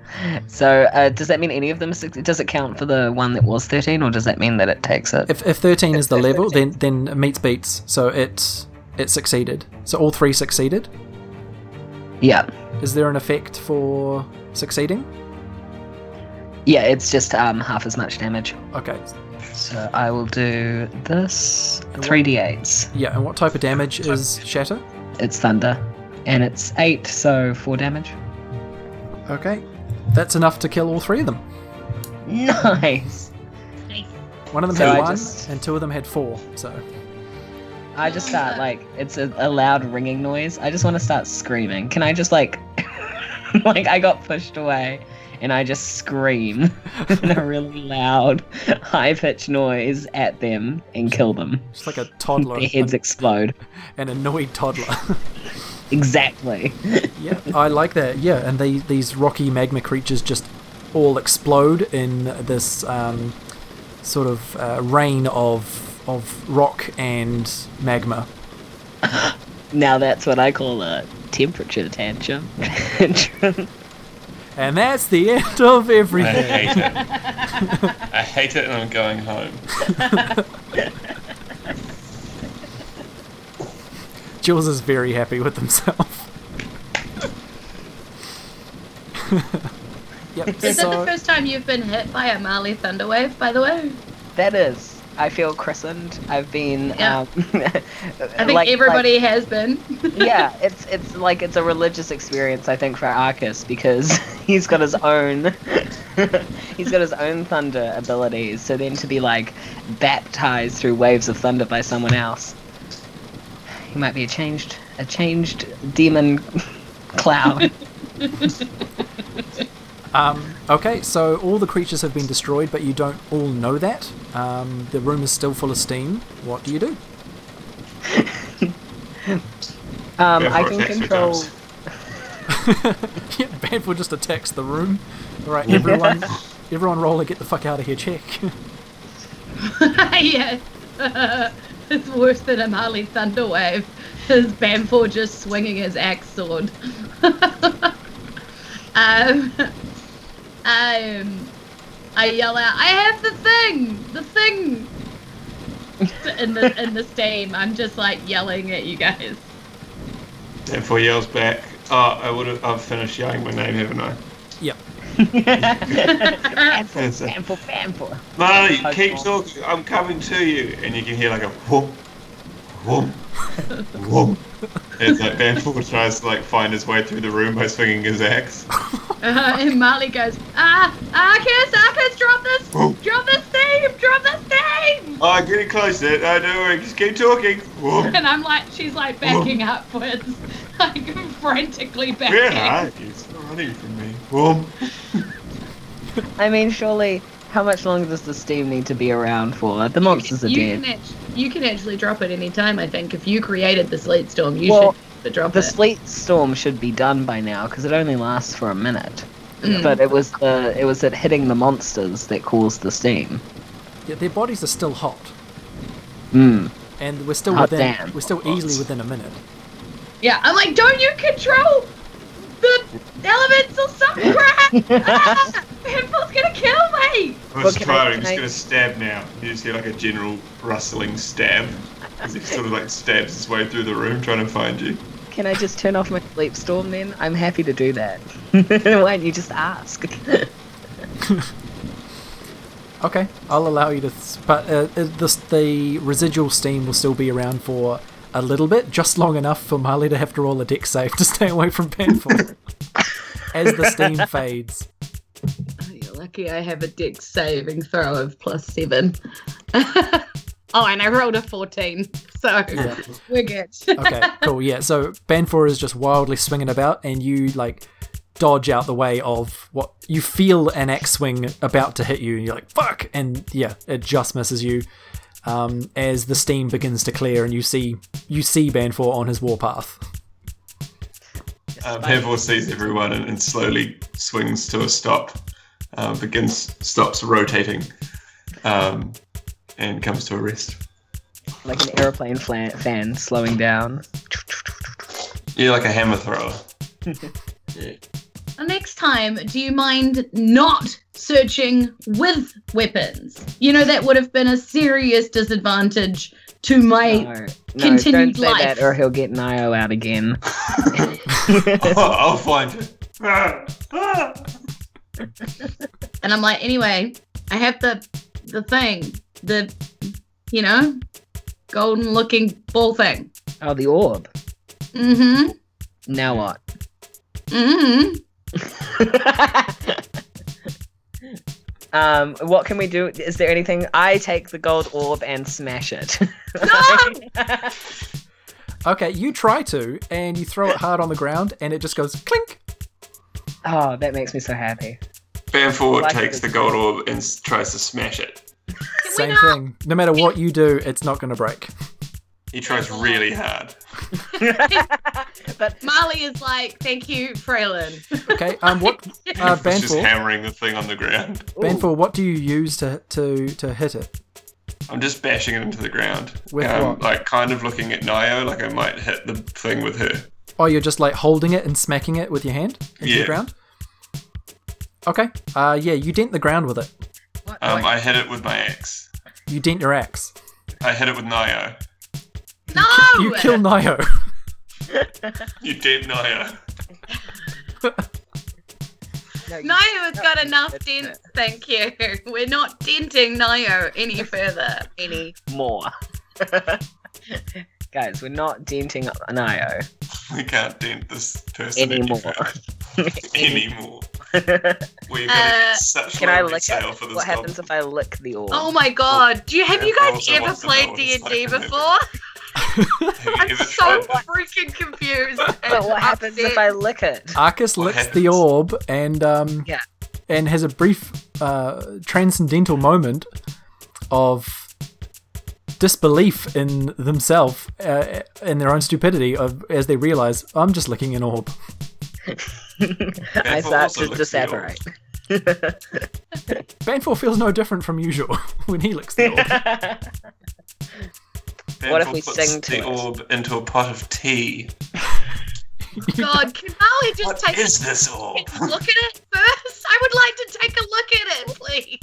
So, uh, does that mean any of them? suc- Does it count for the one that was 13, or does that mean that it takes it? If, if 13 is the level, then then it meets beats. So it it succeeded. So all three succeeded. Yeah. Is there an effect for succeeding? Yeah, it's just um, half as much damage. Okay. So I will do this 3d8s. Yeah, and what type of damage is shatter? It's thunder. And it's 8, so 4 damage. Okay. That's enough to kill all three of them. Nice! One of them So had I one, just- and two of them had four. So I just start like it's a, a loud ringing noise. I just want to start screaming. Can I just like like I got pushed away and I just scream in a really loud, high pitched noise at them and kill them. just like a toddler, Their heads an, explode. an annoyed toddler. Exactly. yeah, I like that. Yeah, and they, these rocky magma creatures just all explode in this um, sort of uh, rain of of rock and magma. Now that's what I call a temperature tantrum. Tantrum. And that's the end of I everything. hate it. I hate it, and I'm going home. Jules is very happy with himself. yep. Is that so- the first time you've been hit by a Mali Thunderwave, by the way? that is. I feel christened. I've been. Yeah. Um, I think like- like- everybody has been. yeah, it's it's like it's a religious experience I think for Arcus because he's got his own he's got his own thunder abilities. So then to be like baptized through waves of thunder by someone else, he might be a changed a changed demon cloud. Um, okay, so all the creatures have been destroyed, but you don't all know that. Um, the room is still full of steam. What do you do? Um, Go for I it, can thanks for control. times. yeah, Banful just attacks the room. All right, everyone, everyone, roll a get the fuck out of here check. yes. it's worse than a Mali Thunderwave. His Bamfor just swinging his axe sword. um, um, I yell out, I have the thing! The thing! In the, in the steam, I'm just like yelling at you guys. Therefore, yells back. Oh, I would have. I've finished yelling my name, haven't I? yep. It's a- Bamble, bamble. No, no, you Okay. keep talking. I'm coming to you, and you can hear like a whoop, whoop, whoop. And it's like Bamford tries to like find his way through the room by swinging his axe. Uh, and Marley goes, Ah, Arcus, Arcus, drop this! Oh. Drop this theme! Drop this theme! Oh, getting close to it. Oh, don't worry, just keep talking. Whoop. And I'm like, she's like backing upwards, like frantically backing. Where are you? Stop running from me. Whoop. I mean, surely. How much longer does the steam need to be around for? The monsters are you dead. can act- you can actually drop it any time. I think if you created the sleet storm, you Well, should the drop The it. sleet storm should be done by now because it only lasts for a minute. But it was the it was it hitting the monsters that caused the steam. Yeah, their bodies are still hot, Mm. and we're still Hot within. damn. We're still easily within a minute. yeah, I'm like, don't you control the elements or some crap? ah, Penfolds gonna kill me. I was Well, can I- tired. I'm can just I- gonna stab now. You just hear like a general rustling stab. As he sort of like stabs his way through the room trying to find you. Can I just turn off my sleep storm then? I'm happy to do that. Why don't you just ask? Okay, I'll allow you to. Th- but uh, it- the, the residual steam will still be around for a little bit, just long enough for Marley to have to roll a deck save to stay away from Banful as the steam fades. Oh, you're lucky I have a dex saving throw of plus seven. oh, and I rolled a 14, so we're good. Okay, cool. Yeah, so Banfor is just wildly swinging about, and you like dodge out the way of what you feel an axe swing about to hit you, and you're like fuck, and yeah, it just misses you. Um, as the steam begins to clear, and you see you see Banfor on his warpath. Uh, Pevor sees everyone and, and slowly swings to a stop, uh, begins stops rotating, um, and comes to a rest. like an airplane flan- fan slowing down. You're like a hammer thrower. Next time, do you mind not searching with weapons? You know, that would have been a serious disadvantage to my no, no, don't continued say that life. or he'll get Nio out again. Oh, I'll find it. Ah, ah. and I'm like, anyway, I have the the thing, the you know, golden looking ball thing. oh, the orb. Mm-hmm. Now what? Mm-hmm. um, what can we do? Is there anything? I take the gold orb and smash it. Okay, you try to, and you throw it hard on the ground, and it just goes clink. oh, that makes me so happy. Bamford Like takes it. the gold orb and s- tries to smash it. Same not- thing. No matter what you do, it's not going to break. He tries really hard. but Marley is like, thank you, Freelan. Okay. Um. What? Uh, He's just Banfor. hammering the thing on the ground. ooh, Banfor. What do you use to to to hit it? I'm just bashing it into the ground. Um, With what? Like kind of looking at Nio, like I might hit the thing with her. Oh, you're just like holding it and smacking it with your hand into the Yeah. ground. Okay. Uh. Yeah. You dent the ground with it. What- Um, what- I hit it with my axe. You dent your axe. I hit it with Nio. no! You kill Nio. You dead Nio. no, you- Nio's got enough That's dents, thank you. We're not denting Nio any further. Any. more. Guys, we're not denting Nio. We can't dent this person any Anymore. further. anymore. We're gonna Uh, get such Can low I lick resale it? for this What goblin. happens if I lick the orb? Oh my god! Do you have you Everyone guys also ever wants to know played what it's D and like D to live. before? Have you I'm ever tried so that? freaking confused. but what happens if I lick it? Arcus What licks happens? the orb and um, Yeah. and has a brief uh, transcendental moment of disbelief in themselves uh, in their own stupidity of as they realize I'm just licking an orb. I Banfor start also to licks the orb. disapparate. Banfor feels no different from usual when he licks the orb. What if Banfor we puts sing to the it? orb into a pot of tea? God, can Marley just What take is this orb? a look at it first? I would like to take a look at it, please.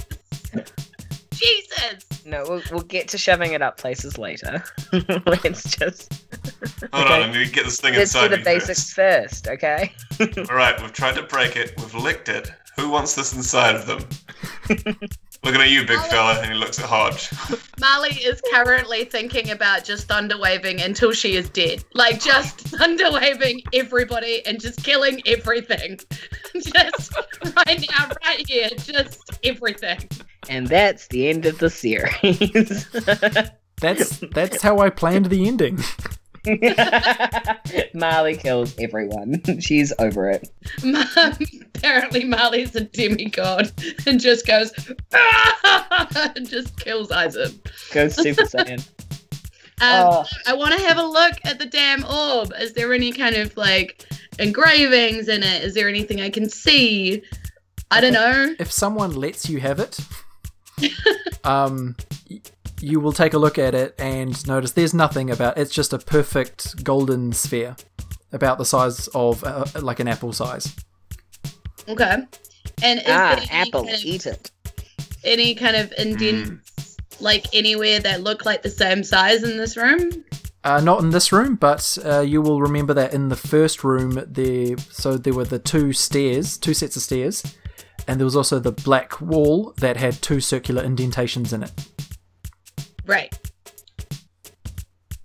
Jesus. no, we'll, we'll get to shoving it up places later. Let's just Hold Okay. on, I'm gonna get this thing let's do inside the me basics first, okay? first. All right, we've tried to break it. We've licked it. Who wants this inside of them? Looking at you, big I'll- fella, and he looks at Hodge. Marley is currently thinking about just thunderwaving until she is dead. Like just thunderwaving everybody and just killing everything. just right now, right here, just everything. And that's the end of the series. That's that's how I planned the ending. Marley kills everyone. She's over it. Apparently, Marley's a demigod and just goes "Ah!" and just kills Isaac. Goes Super Saiyan. Um, oh, I want to have a look at the damn orb. Is there any kind of like engravings in it? Is there anything I can see? I don't know. If someone lets you have it, um, y- you will take a look at it and notice there's nothing about. It's just a perfect golden sphere, about the size of uh, like an apple size. Okay. And is there ah, any apple, kind of, eat it. any kind of indents Hmm. like anywhere that look like the same size in this room? Uh, not in this room, but uh, you will remember that in the first room there. So there were the two stairs, two sets of stairs, and there was also the black wall that had two circular indentations in it. Right.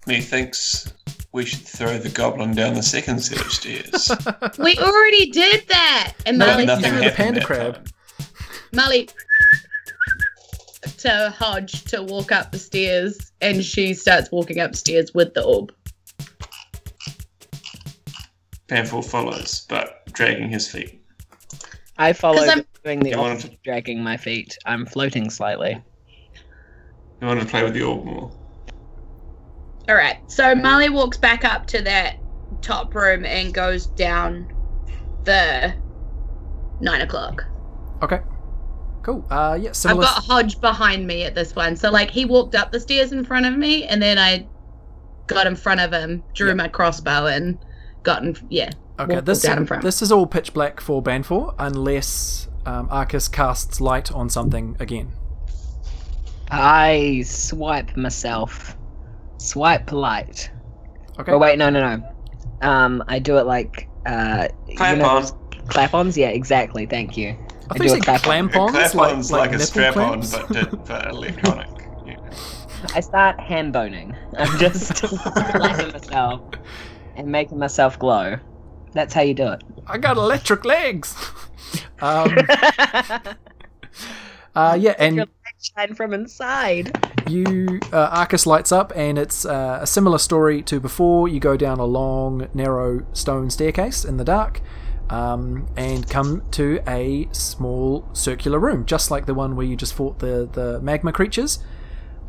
Methinks we should throw the goblin down the second set of stairs. We already did that. And No, Marley, Well, nothing you threw threw, the happened panda that crab. time. Marley to Hodge to walk up the stairs, and she starts walking upstairs with the orb. Panful follows, but dragging his feet. I follow 'Cause I'm- doing the You wanted, opposite, to, dragging my feet. I'm floating slightly. you wanted to play with the orb more. All right. So Marley walks back up to that top room and goes down the nine o'clock. Okay, cool. Uh, yeah, I've similar. got Hodge behind me at this one. So like he walked up the stairs in front of me, and then I got in front of him, drew Yeah. my crossbow, and got in. Yeah. Okay, walk this down in front. this is all pitch black for Banfor unless um, Arcus casts light on something again. I swipe myself Swipe polite. Okay. Oh wait, no, no, no. Um, I do it like uh, you Clap know on. those clap-ons. Yeah, exactly. Thank you. I do think a it's clap on. clamp ons, clap like, on's like, like, a nipple strap clamps. on, but did- for electronic. Yeah. I start hand boning. I'm just slapping myself and making myself glow. That's how you do it. I got electric legs. um, uh, yeah, and Shine from inside. you uh, Arcus lights up, and it's uh, a similar story to before. You go down a long, narrow stone staircase in the dark, um, and come to a small circular room, just like the one where you just fought the the magma creatures.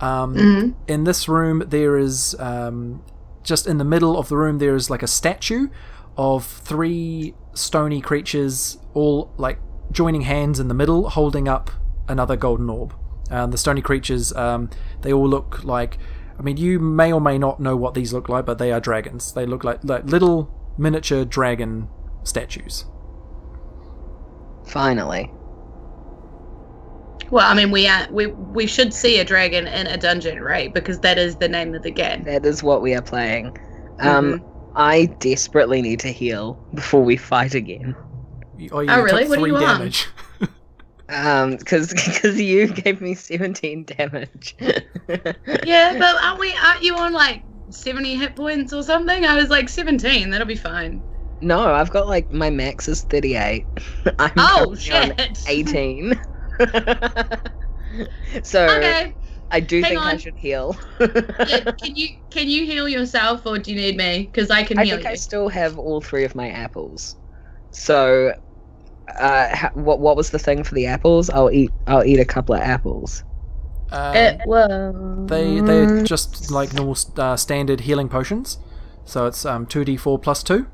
Um, Mm. in this room there is um, just in the middle of the room there is like a statue of three stony creatures all like joining hands in the middle holding up another golden orb um, the stony creatures um, they all look like i mean you may or may not know what these look like but they are dragons they look like, like little miniature dragon statues Finally. Well, I mean, we are we we should see a dragon in a dungeon, right? Because that is the name of the game. That is what we are playing. Um, Mm-hmm. I desperately need to heal before we fight again. You- oh, you Oh, took really? What do three you want? damage. Um, because you gave me 17 damage. Mm-hmm. yeah, but aren't we? Aren't you on like seventy hit points or something? I was like seventeen. That'll be fine. no, I've got like my max is 38. I'm Oh currently on shit! 18. so Okay. I do hang think I on. should heal. Uh, can you can you heal yourself or do you need me? Because I can I heal think you. I still have all three of my apples. So, uh, ha- what what was the thing for the apples? I'll eat I'll eat a couple of apples. Um, it was. They Mm. they're just like normal uh, standard healing potions, so it's um two d four plus two,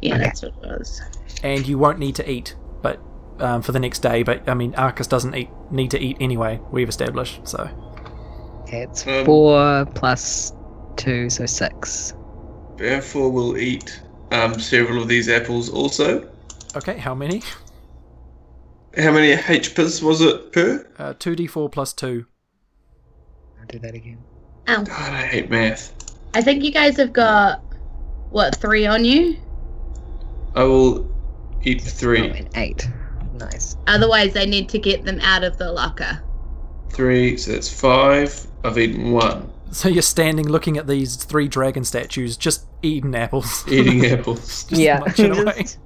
Yeah, Okay. that's what it was. and you won't need to eat, but um, for the next day. But I mean, Arcus doesn't eat, need to eat anyway. We've established so. Okay, it's Um, four plus two, so six. Therefore, we'll eat um, several of these apples also. Okay, how many? How many HPs was it per? Uh, Two d four plus two. I'll do that again. Oh, God, I hate math. I think you guys have got what three on you? I will eat Oh, three. an eight. Nice. Otherwise, they need to get them out of the locker. Three, so that's five. I've eaten one. So you're standing looking at these three dragon statues, just eating apples. Eating apples. Just yeah, munching away. just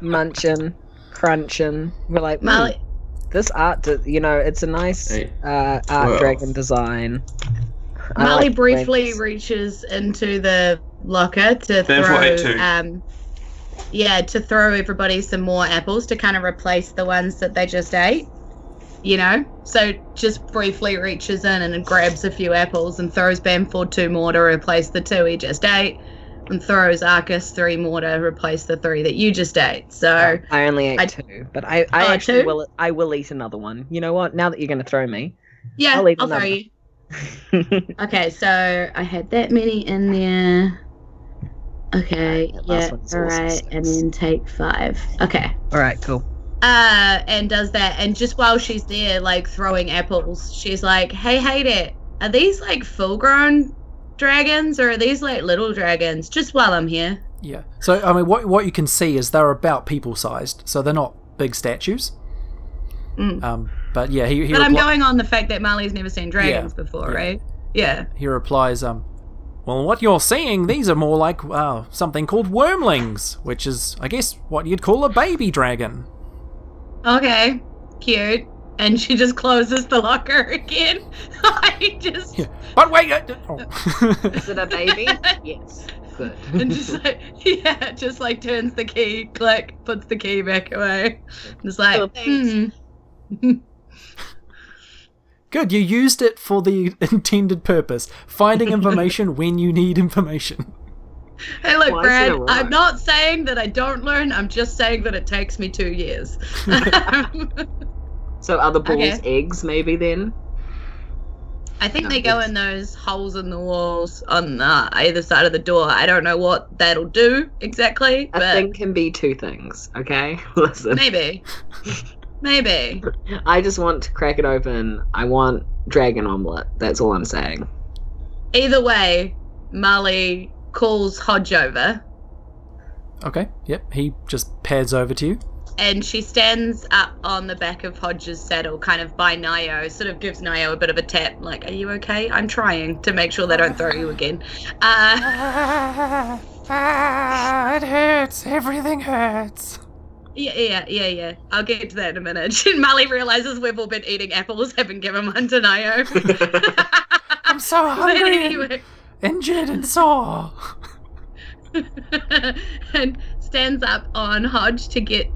munching, crunching. We're like, "Hmm, Molly, this art, di- you know, it's a nice Eight, uh, art twelve. dragon design. I like Molly the briefly wings. reaches into the locker to Therefore, I throw. too. Um, yeah, to throw everybody some more apples to kind of replace the ones that they just ate. You know, so just briefly reaches in and grabs a few apples and throws Bamford two more to replace the two he just ate, and throws Arcus three more to replace the three that you just ate. So I only ate I- two, but I, I Oh, actually two? will. I will eat another one. You know what? Now that you're going to throw me, yeah, I'll eat I'll throw another. you. Okay, so I had that many in there. Okay, Alright, that last yeah, one's all also right, and six. then take five. Okay. all right, cool. Uh, and does that, and just while she's there, like throwing apples, she's like, "Hey, hey there, are these like full-grown dragons or are these like little dragons?" Just while I'm here. Yeah. So I mean, what what you can see is they're about people sized, so they're not big statues. Mm. Um, but yeah, he he, But I'm repli- going on the fact that Marley's never seen dragons before, yeah. right? Yeah. he replies, um, Well, what you're seeing, these are more like uh, something called wormlings, which is, I guess, what you'd call a baby dragon. Okay, cute. And she just closes the locker again. I just But wait! uh, oh. Is it a baby? yes. Good. and just like yeah, just like turns the key, click, puts the key back away. It's like Cool, thanks. "Hmm, Good, you used it for the intended purpose finding information when you need information. hey look, Why is it Brad, a rock? I'm not saying that I don't learn. I'm just saying that it takes me two years. I so are the balls Okay. eggs? Maybe then. think No, they go it's- in those holes in the walls on uh, either side of the door. I don't know what that'll do exactly, A but thing can be two things. Okay, listen. maybe, maybe. I just want to crack it open. I want dragon omelet. That's all I'm saying. Either way, Mali calls Hodge over Okay. Yep. He just pads over to you. and she stands up on the back of Hodge's saddle, kind of by Nio, sort of gives Nio a bit of a tap, like, Are you okay? I'm trying to make sure they don't throw you again. Uh, Ah, it hurts. Everything hurts. yeah, yeah, yeah, yeah. I'll get to that in a minute. And Molly realizes we've all been eating apples, haven't given one to Nio. I'm so But hungry, and anyway, injured, and sore. and stands up on Hodge to get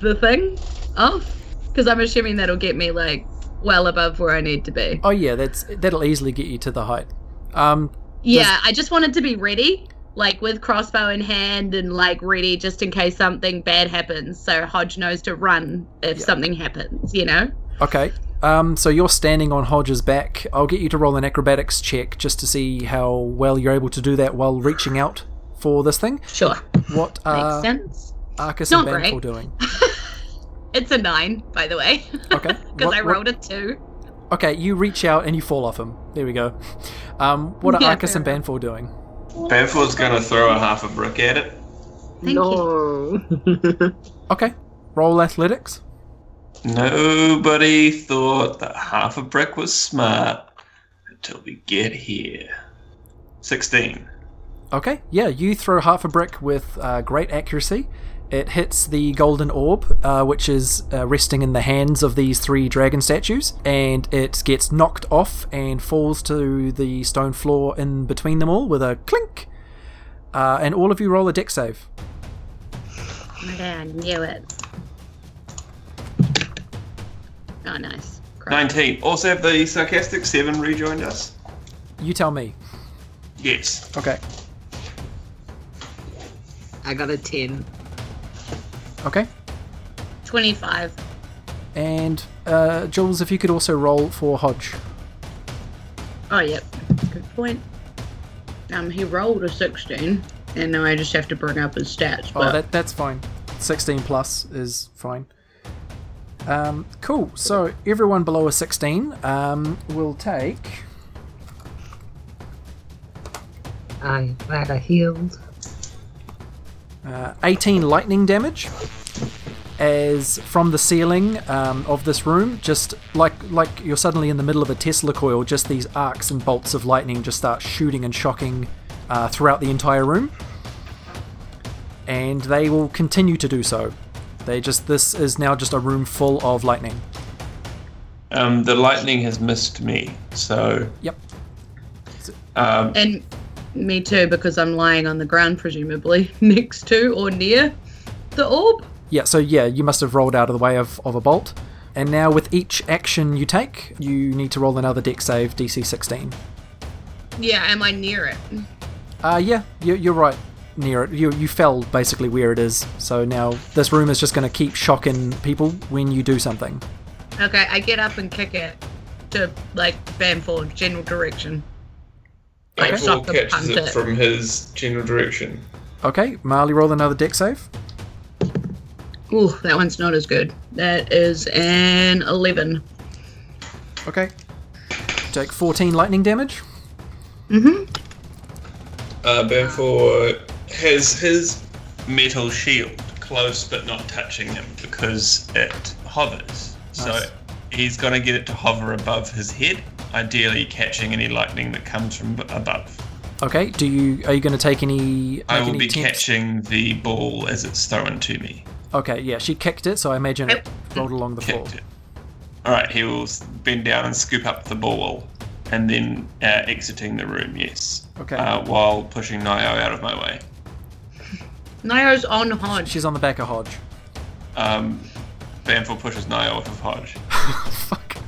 the thing off, because I'm assuming that'll get me, like, well above where I need to be. Oh yeah, that's that'll easily get you to the height. Um, Yeah, I just wanted to be ready, like with crossbow in hand and like ready just in case something bad happens. So Hodge knows to run if Yeah. something happens, you know? okay. Um, so you're standing on Hodge's back. I'll get you to roll an acrobatics check just to see how well you're able to do that while reaching out for this thing. Sure. What Makes are sense. Arcus Not and great. Banful doing? It's a nine, by the way, Okay. because what- I what- rolled a two. Okay, you reach out and you fall off him. There we go. Um, what are Yeah, Arcus fair and Banful doing? Bamford's going to throw a half a brick at it. Thank you. Okay, roll athletics. Nobody thought that half a brick was smart until we get here. 16. Okay, yeah, you throw half a brick with uh, great accuracy. It hits the golden orb, uh, which is uh, resting in the hands of these three dragon statues, and it gets knocked off and falls to the stone floor in between them all with a clink. Uh, and all of you roll a deck save. Okay, I knew it. Oh, nice. Great. 19. Also, have the sarcastic 7 rejoined us? You tell me. Yes. Okay. I got a 10. Okay. 25. And uh, Jules, if you could also roll for Hodge. Oh, yep. Good point. Um, he rolled a 16, and now I just have to bring up his stats. Oh, But that, that's fine. 16 plus is fine. Um, cool. So everyone below a 16 um, will take. I'm glad I healed. uh, 18 lightning damage as from the ceiling um, of this room just like like you're suddenly in the middle of a tesla coil just these arcs and bolts of lightning just start shooting and shocking uh, throughout the entire room and they will continue to do so they just this is now just a room full of lightning Um, the lightning has missed me, so. Yep. Um, And me too, because I'm lying on the ground, presumably, next to or near the orb. Yeah, so yeah, you must have rolled out of the way of, of a bolt. And now, with each action you take, you need to roll another deck save, DC 16. Yeah, am I near it? Uh, yeah, you, you're right. Near it, you you fell basically where it is. So now this room is just going to keep shocking people when you do something. Okay, I get up and kick it to, like, Bamford, general direction. Like, Apple stop the catches it punt it. from his general direction. Okay, Marley, roll another deck save. Ooh, that one's not as good. That is an 11. Okay, take 14 lightning damage. Mm-hmm. Uh, Bamfor has his metal shield close but not touching him because it hovers. So Nice. he's going to get it to hover above his head, ideally catching any lightning that comes from b- above. Okay, do you are you going to take any? I make will any be attempts? catching the ball as it's thrown to me. Okay, yeah, she kicked it, so I imagine it rolled along the floor. Kicked it. All right, he will s- bend down and scoop up the ball, and then uh, exiting the room. Yes. Okay. Uh, while pushing Nio out of my way. Nio's on Hodge. She's on the back of Hodge. Um, Bamfor pushes Nio off of Hodge. Fuck.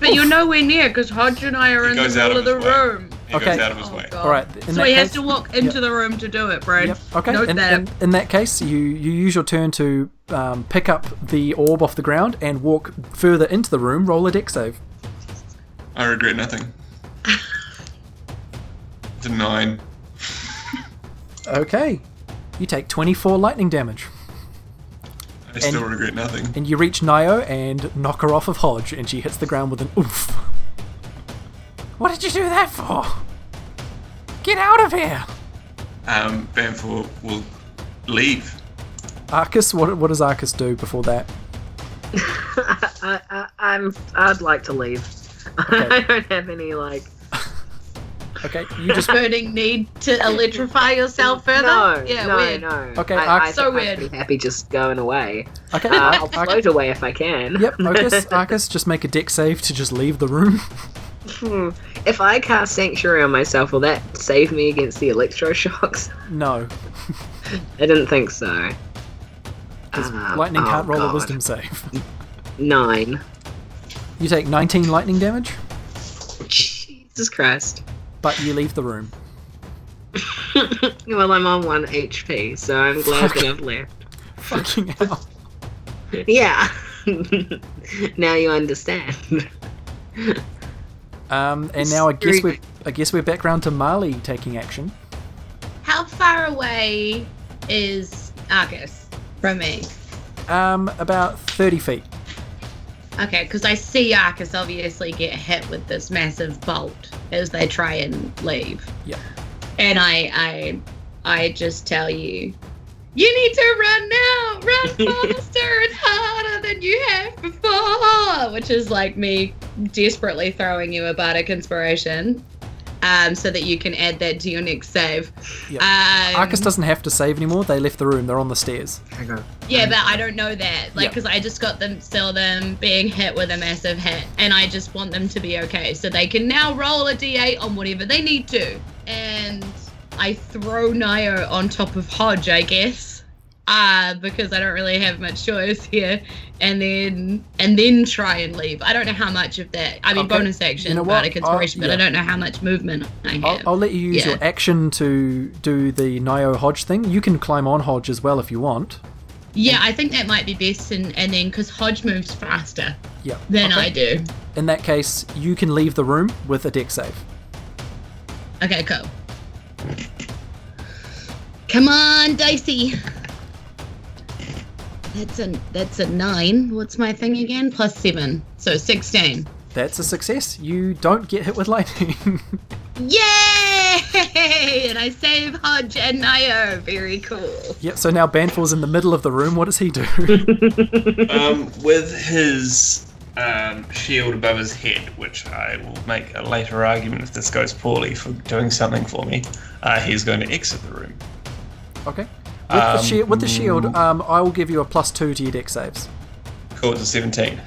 But you're nowhere near, because Hodge and I are He in the goes out middle of of the his way. room. He Okay. goes out of his Oh, way. God. All right. in So that he has case- to walk into the room to do it, bro. Yep. Okay. Note in, that. in- in that case, you, you use your turn to um, pick up the orb off the ground and walk further into the room. Roll a deck save. I regret nothing. it's a nine. Okay. You take 24 lightning damage, I still regret nothing. and you reach Nio and knock her off of Hodge, and she hits the ground with an oof. What did you do that for? Get out of here! Um, Banfor will leave. Arcus, what, what does Arcus do before that? I, I, I'm. I'd like to leave. I don't have any like. Okay, you just. burning need to electrify yourself further? No, yeah, no, weird. no. Okay, I, Arc- I, So I'm weird. pretty happy just going away. Okay, Uh, I'll Ar- float away if I can. Yep, Arcus, Arcus, just make a deck save to just leave the room. Hmm. If I cast Sanctuary on myself, will that save me against the electroshocks? No, I didn't think so. Uh, lightning oh, can't roll God. a wisdom save. Nine. You take 19 lightning damage, Jesus Christ. but you leave the room. well, I'm on one HP, so I'm glad that I've left. Fucking hell. Yeah. now you understand. Um, and now I guess we're I guess we're back round to Marley taking action. How far away is Argus from me? Um, about 30 feet. Okay, because I see Arcus obviously get hit with this massive bolt as they try and leave. Yeah. And I, I, I just tell you, you need to run now, run faster and harder than you have before, which is like me desperately throwing you a bardic inspiration, um, so that you can add that to your next save. Yeah. Um, Arcus doesn't have to save anymore. They left the room. They're on the stairs. Yeah, but I don't know that. Like, Yeah. because I just got them, still them being hit with a massive hit, and I just want them to be okay. So they can now roll a d8 on whatever they need to. And I throw Nio on top of Hodge, I guess, uh, because I don't really have much choice here. And then and then try and leave. I don't know how much of that. I mean, Okay. bonus action, You know what? bardic inspiration, I'll- but I yeah. don't know how much movement I have. I'll, I'll let you use Yeah. your action to do the Nio Hodge thing. You can climb on Hodge as well if you want. yeah, I think that might be best, and and then because Hodge moves faster Yeah. than Okay. I do. In that case, you can leave the room with a deck save. Okay, cool. Come on, Dicey. That's a that's a nine. What's my thing again? Plus seven, so sixteen. That's a success. You don't get hit with lightning. Yay! And I save Hodge and Nio. Very cool. yep. So now Banfor's in the middle of the room. What does he do? Um, with his um, shield above his head, which I will make a later argument if this goes poorly for doing something for me, uh, he's going to exit the room. okay. With, the, Um, shi- with the shield, um, I will give you a plus two to your deck saves. Cool, it's a 17.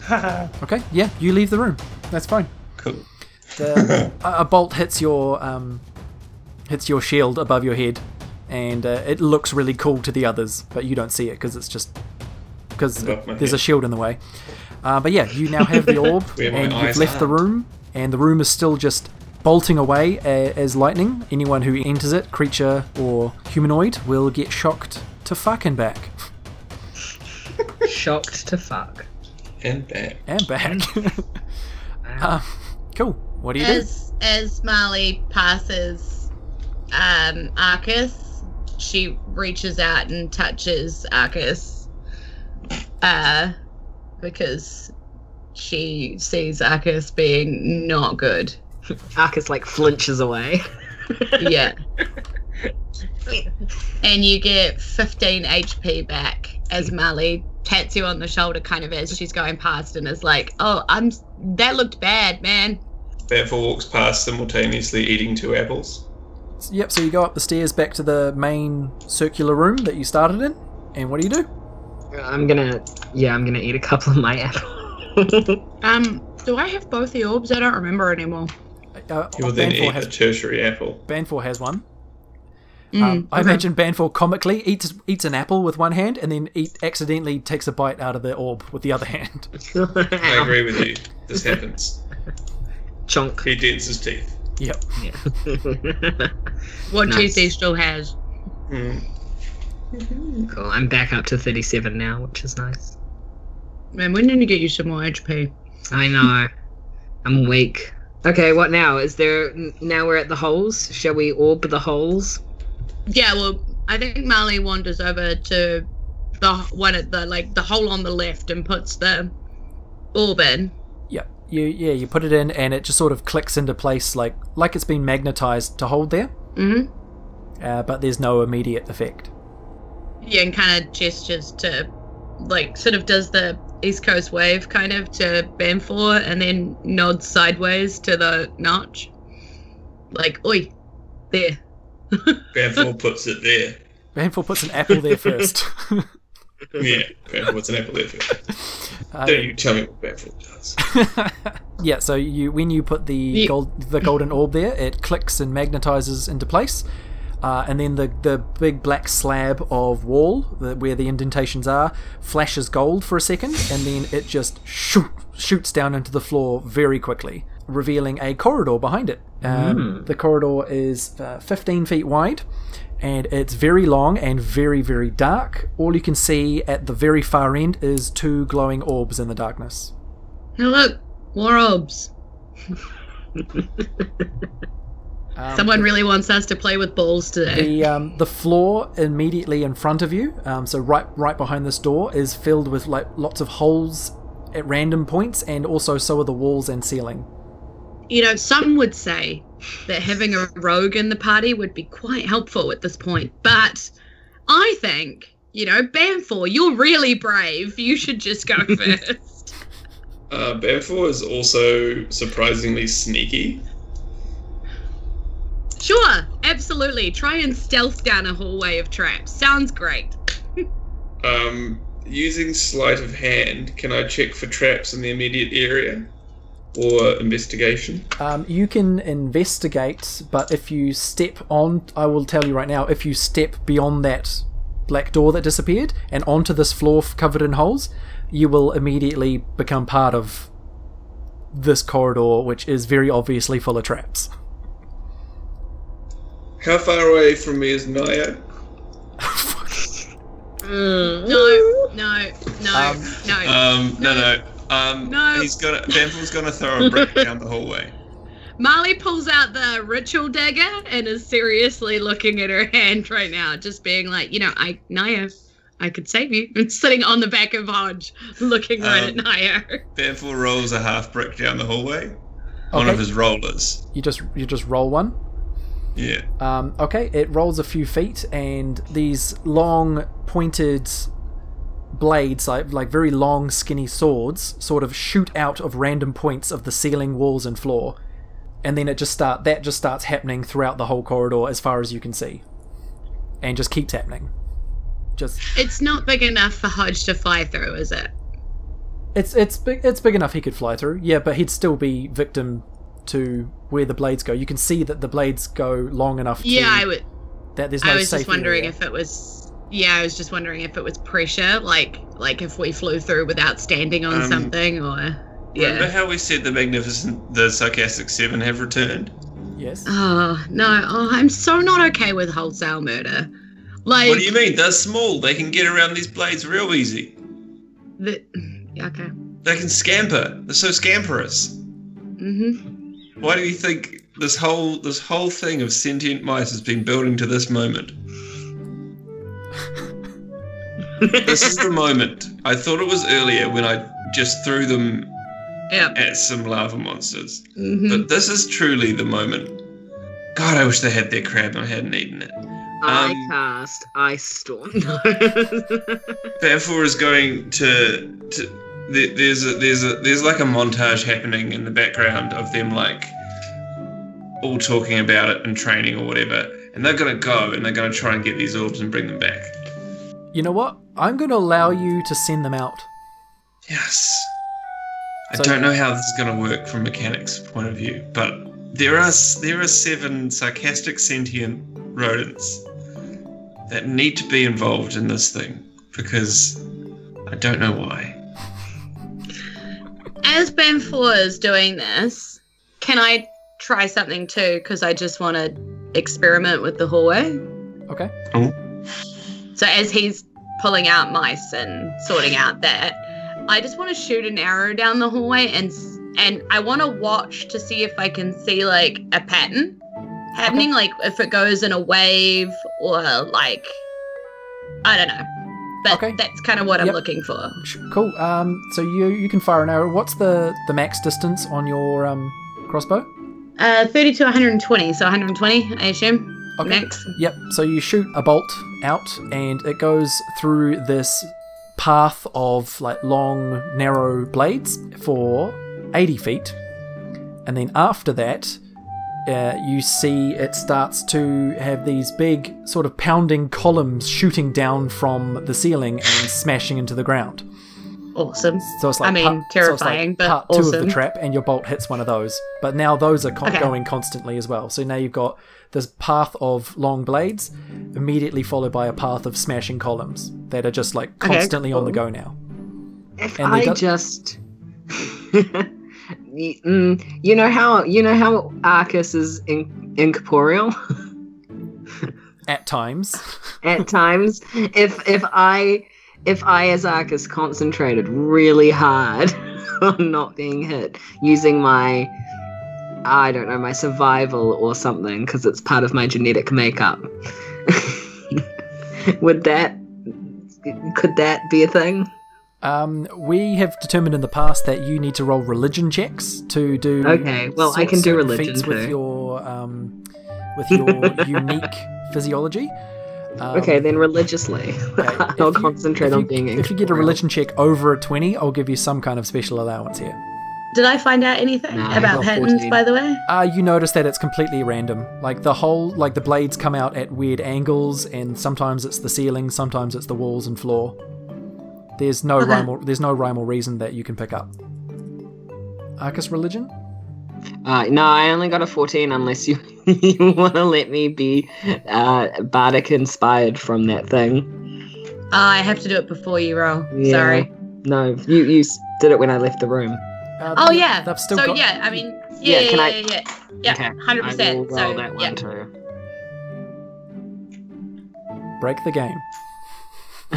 Okay. Yeah. You leave the room. That's fine. Cool. the, a a bolt hits your um, hits your shield above your head, and uh, it looks really cool to the others, but you don't see it because it's just because Above my there's a head. shield in the way. Uh, but yeah, you now have the orb, Where my and you've eyes left the are. room, and the room is still just bolting away a- as lightning. Anyone who enters it, creature or humanoid, will get shocked to fucking back Shocked to fuck. And back. and back. um, cool. What do you do? As as Marley passes um Arcus, she reaches out and touches Arcus. Uh because she sees Arcus being not good. Arcus like flinches away. Yeah. and you get 15 HP back as Marley pats you on the shoulder kind of as she's going past and is like, "Oh, I'm s- that looked bad, man." Banfor walks past simultaneously eating two apples. Yep, so you go up the stairs back to the main circular room that you started in, and what do you do? I'm gonna. Yeah, I'm gonna eat a couple of my apples. Um do I have both the orbs? I don't remember anymore. Uh, He will then Banfor, eat a has, tertiary apple. Banfor has one. Mm, um, I okay. imagine Banfor comically eats eats an apple with one hand and then eat, accidentally takes a bite out of the orb with the other hand. I agree with you. This happens. Chonk. He dents his teeth. Yep. What Nice. GC still has. Mm. cool. I'm back up to 37 now, which is nice. Man, we need to get you some more HP. I know. I'm weak. Okay, what now? Is there n- now we're at the holes? Shall we orb the holes? Yeah, well, I think Marley wanders over to the one at the like the hole on the left and puts the orb in. Yep. you yeah you put it in and it just sort of clicks into place like like it's been magnetized to hold there Mm-hmm. uh, but there's no immediate effect Yeah, and kind of gestures to, like, sort of does the East Coast wave kind of to Banfor and then nods sideways to the notch. Like, oi, there. Banfor puts it there. Banfor puts an apple there first Yeah, Banfor puts an apple there first. Uh, Don't you tell me what Banfor does. yeah so you when you put the Ye- gold the golden orb there it clicks and magnetizes into place uh, and then the, the big black slab of wall the, where the indentations are flashes gold for a second and then it just shoot, shoots down into the floor very quickly revealing a corridor behind it um, the corridor is uh, 15 feet wide and it's very long and very very dark all you can see at the very far end is two glowing orbs in the darkness Now look, more orbs. Um, Someone really wants us to play with balls today. the um, the floor immediately in front of you, um, so right right behind this door, is filled with like lots of holes at random points, and also so are the walls and ceiling. You know, some would say that having a rogue in the party would be quite helpful at this point, but I think, you know, Banfor, you're really brave. You should just go first. Uh, Banfor is also surprisingly sneaky. sure, absolutely. Try and stealth down a hallway of traps. Sounds great. Um, using sleight of hand, can I check for traps in the immediate area? Or investigation? Um, you can investigate, but if you step on, I will tell you right now, if you step beyond that black door that disappeared and onto this floor f- covered in holes, you will immediately become part of this corridor, which is very obviously full of traps. How far away from me is Naya? Mm. No, no, no, Um, no. Um, no, no. Um, No. He's gonna. Banfor's gonna throw a brick down the hallway. Molly pulls out the ritual dagger and is seriously looking at her hand right now, just being like, you know, I Naya, I could save you. And sitting on the back of Hodge, looking right at Um, Naya. Banfor rolls a half brick down the hallway. One Okay. of his rollers. You just you just roll one. Yeah. Um, okay, it rolls a few feet, and these long, pointed blades, like, like very long, skinny swords, sort of shoot out of random points of the ceiling, walls, and floor, and then it just start that just starts happening throughout the whole corridor as far as you can see, and just keeps happening. Just It's not big enough for Hodge to fly through, is it? it's it's big it's big enough he could fly through, yeah, but he'd still be victim to where the blades go. You can see that the blades go long enough. To, Yeah, I would. that there's no I was just safe wondering area. if it was. Yeah, I was just wondering if it was pressure, like like if we flew through without standing on Um, something, or Remember yeah. how we said the magnificent, the sarcastic seven have returned? yes. Oh no! Oh, I'm so not okay with wholesale murder. Like, What do you mean? They're small. They can get around these blades real easy. The, yeah, okay. They can scamper. They're so scamperous. Mm-hmm. Why do you think this whole this whole thing of sentient mice has been building to this moment? this is the moment. I thought it was earlier when I just threw them Yep. at some lava monsters. Mm-hmm. But this is truly the moment. God, I wish they had their crab and I hadn't eaten it. I Um, cast Ice Storm. Banfor is going to. to there- there's a, there's a, there's like a montage happening in the background of them like all talking about it and training or whatever, and they're gonna go and they're gonna try and get these orbs and bring them back. You know what? I'm going to allow you to send them out. Yes. I So- don't know how this is gonna work from mechanics point of view, but there are s- there are seven sarcastic sentient rodents that need to be involved in this thing because I don't know why. As Banfor is doing this, can I try something too? Because I just want to experiment with the hallway. Okay. Oh. So as he's pulling out mice and sorting out that, I just want to shoot an arrow down the hallway and s- and I want to watch to see if I can see like a pattern happening, like if it goes in a wave or like I don't know. But Okay. that's kind of what I'm Yep. looking for. Sh- Cool. Um, so you you can fire an arrow. What's the the max distance on your um crossbow? Uh, 30 to 120, so 120, I assume. Okay. Max. Yep. So you shoot a bolt out, and it goes through this path of like long, narrow blades for 80 feet, and then after that, uh, you see it starts to have these big, sort of pounding columns shooting down from the ceiling and smashing into the ground. Awesome. So it's like I mean, part, terrifying, so but it's like part two of awesome. the trap, and your bolt hits one of those. But now those are con- Okay. going constantly as well. So now you've got this path of long blades, immediately followed by a path of smashing columns that are just like Okay, constantly on the go now. If And they I got- just, Y- mm, you know how you know how Arcus is in, incorporeal At times, at times. If if I if I as Arcus concentrated really hard on not being hit, using my I don't know my survival or something because it's part of my genetic makeup. Would that could that be a thing? um, we have determined in the past that you need to roll religion checks to do. Okay, well, I sort- can do certain religion feats with too. your um, with your unique physiology. Um, Okay, then religiously. Okay, if I'll you- concentrate if on you- being If you get a incorporeal. religion check over a 20, I'll give you some kind of special allowance here. Did I find out anything No, I about got patterns, 14. by the way? Uh, you notice that it's completely random. Like the whole, like the blades come out at weird angles, and sometimes it's the ceiling, sometimes it's the walls and floor. There's no Okay. rhyme or there's no rhyme or reason that you can pick up. Arcus religion? Uh, no, I only got a 14 unless you, you want to let me be uh, bardic inspired from that thing. Oh, I have to do it before you roll. Yeah. Sorry. No, you, you s- did it when I left the room. Uh, Oh, yeah. They've still so, got- yeah, I mean, Yeah, yeah, yeah, can yeah, I- yeah. yeah. Yeah, Okay, 100%. I will roll so, that one yeah. too. Break the game.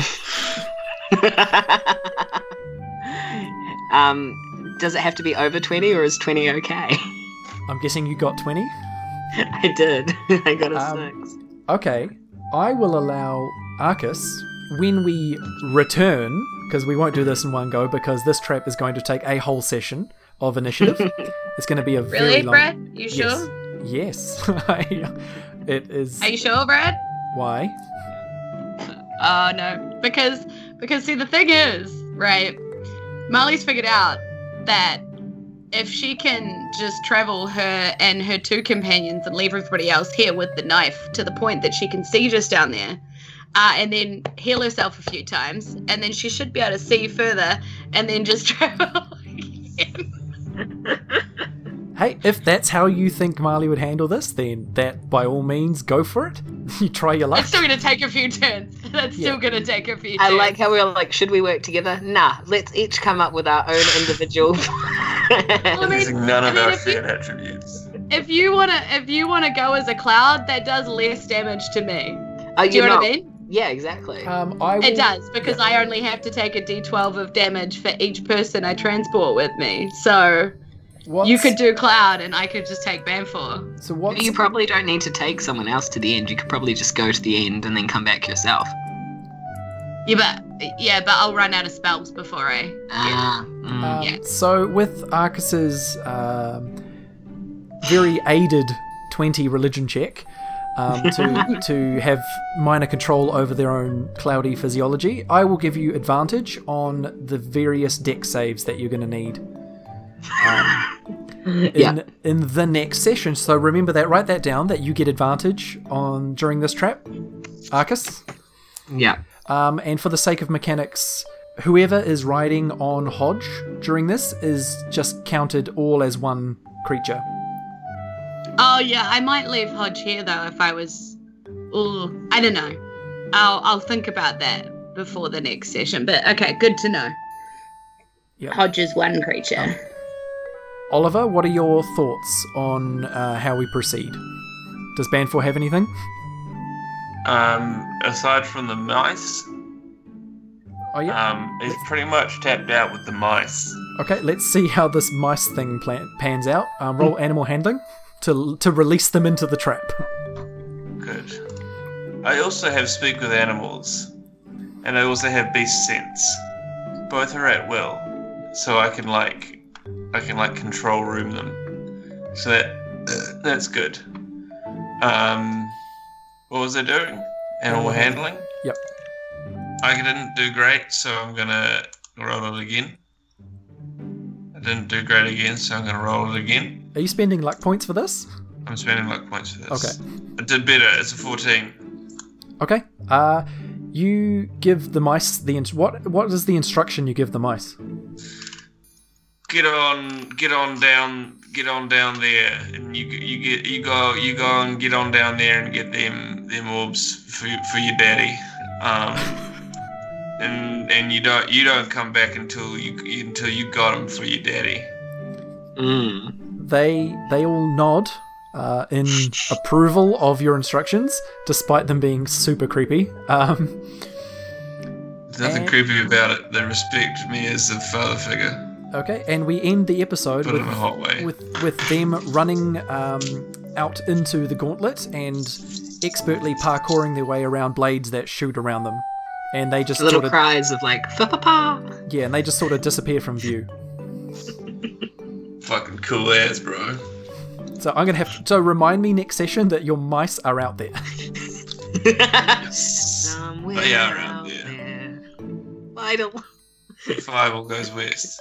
um, does it have to be over 20 or is 20 okay? I'm guessing you got 20. I did. I got a Um, 6. Okay, I will allow Arcus when we return, because we won't do this in one go, because this trap is going to take a whole session of initiative. it's going to be a very Really, long. Brad? You sure? Yes. Yes. I- it is. Are you sure, Brad? Why? Oh no, because because see the thing is, right? Molly's figured out that if she can just travel her and her two companions and leave everybody else here with the knife to the point that she can see just down there, uh, and then heal herself a few times, and then she should be able to see further, and then just travel. Hey, if that's how you think Marley would handle this, then that by all means go for it. you try your luck. It's still gonna take a few turns. That's still gonna take a few. I turns. like how we are like, should we work together? Nah, let's each come up with our own individual. Uh, I mean- Using none I of mean, our if you- fear attributes. if you wanna if you wanna go as a cloud, that does less damage to me. Are Do you you know not? what I mean? Yeah, exactly. Um, I will, It does because I only have to take a d12 of damage for each person I transport with me. So What's, you could do cloud, and I could just take Banfor. So what's you probably don't need to take someone else to the end. You could probably just go to the end and then come back yourself. Yeah, but yeah, but I'll run out of spells before I. Ah, mm. Um, Yeah. So with Arcus's um, very aided twenty religion check um, to to have minor control over their own cloudy physiology, I will give you advantage on the various deck saves that you're going to need. Um, in, Yeah. in the next session. So remember that. Write that down. That you get advantage on during this trap, Arcus. yeah. Um, and for the sake of mechanics, whoever is riding on Hodge during this is just counted all as one creature. Oh yeah, I might leave Hodge here though if I was. Ooh, I don't know. I'll I'll think about that before the next session. But okay, good to know. Yeah. Hodge is one creature. Oliver, what are your thoughts on uh, how we proceed? Does Banfor have anything? Um, aside from the mice, Oh yeah. um, he's pretty much tapped out with the mice. Okay, let's see how this mice thing plan- pans out. Um, roll animal handling to to release them into the trap. Good. I also have speak with animals. and I also have beast sense. Both are at will, so I can like I can like control room them. So that that's good. Um, what was I doing? Animal handling. Yep. I didn't do great, so I'm gonna roll it again. I didn't do great again, so I'm gonna roll it again. Are you spending luck points for this? I'm spending luck points for this. Okay. I did better. It's a 14. Okay. Uh, you give the mice the ins- what? What is the instruction you give the mice? Get on, get on down, get on down there, and you you get you go you go and get on down there and get them them orbs for for your daddy. Um, and and you don't you don't come back until you until you got them for your daddy. Mm. They they all nod uh, in approval of your instructions, despite them being super creepy. Um, There's nothing Eh. creepy about it. They respect me as a father figure, okay, and we end the episode but in a with hot way. with with them running um, out into the gauntlet and expertly parkouring their way around blades that shoot around them, and they just Little sort of cries of like, fa pa pa. yeah, and they just sort of disappear from view. Fucking cool ass, bro. So I'm gonna have to so remind me next session that your mice are out there. Somewhere They are out there. there. Light a Fireball goes west.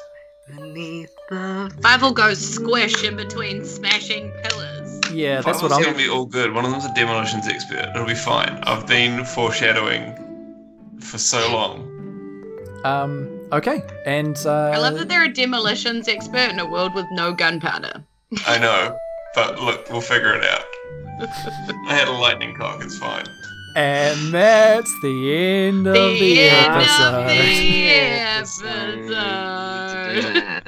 beneath the Five will go squish in between smashing pillars. Yeah, that's what Fireball's I'm. gonna be all good. One of them's a demolitions expert. It'll be fine. I've been foreshadowing for so long. Um, okay, and uh, I love that they're a demolitions expert in a world with no gunpowder. I know, but look, we'll figure it out. I had a lightning cock. It's fine. and that's the end of The the, end of episode. the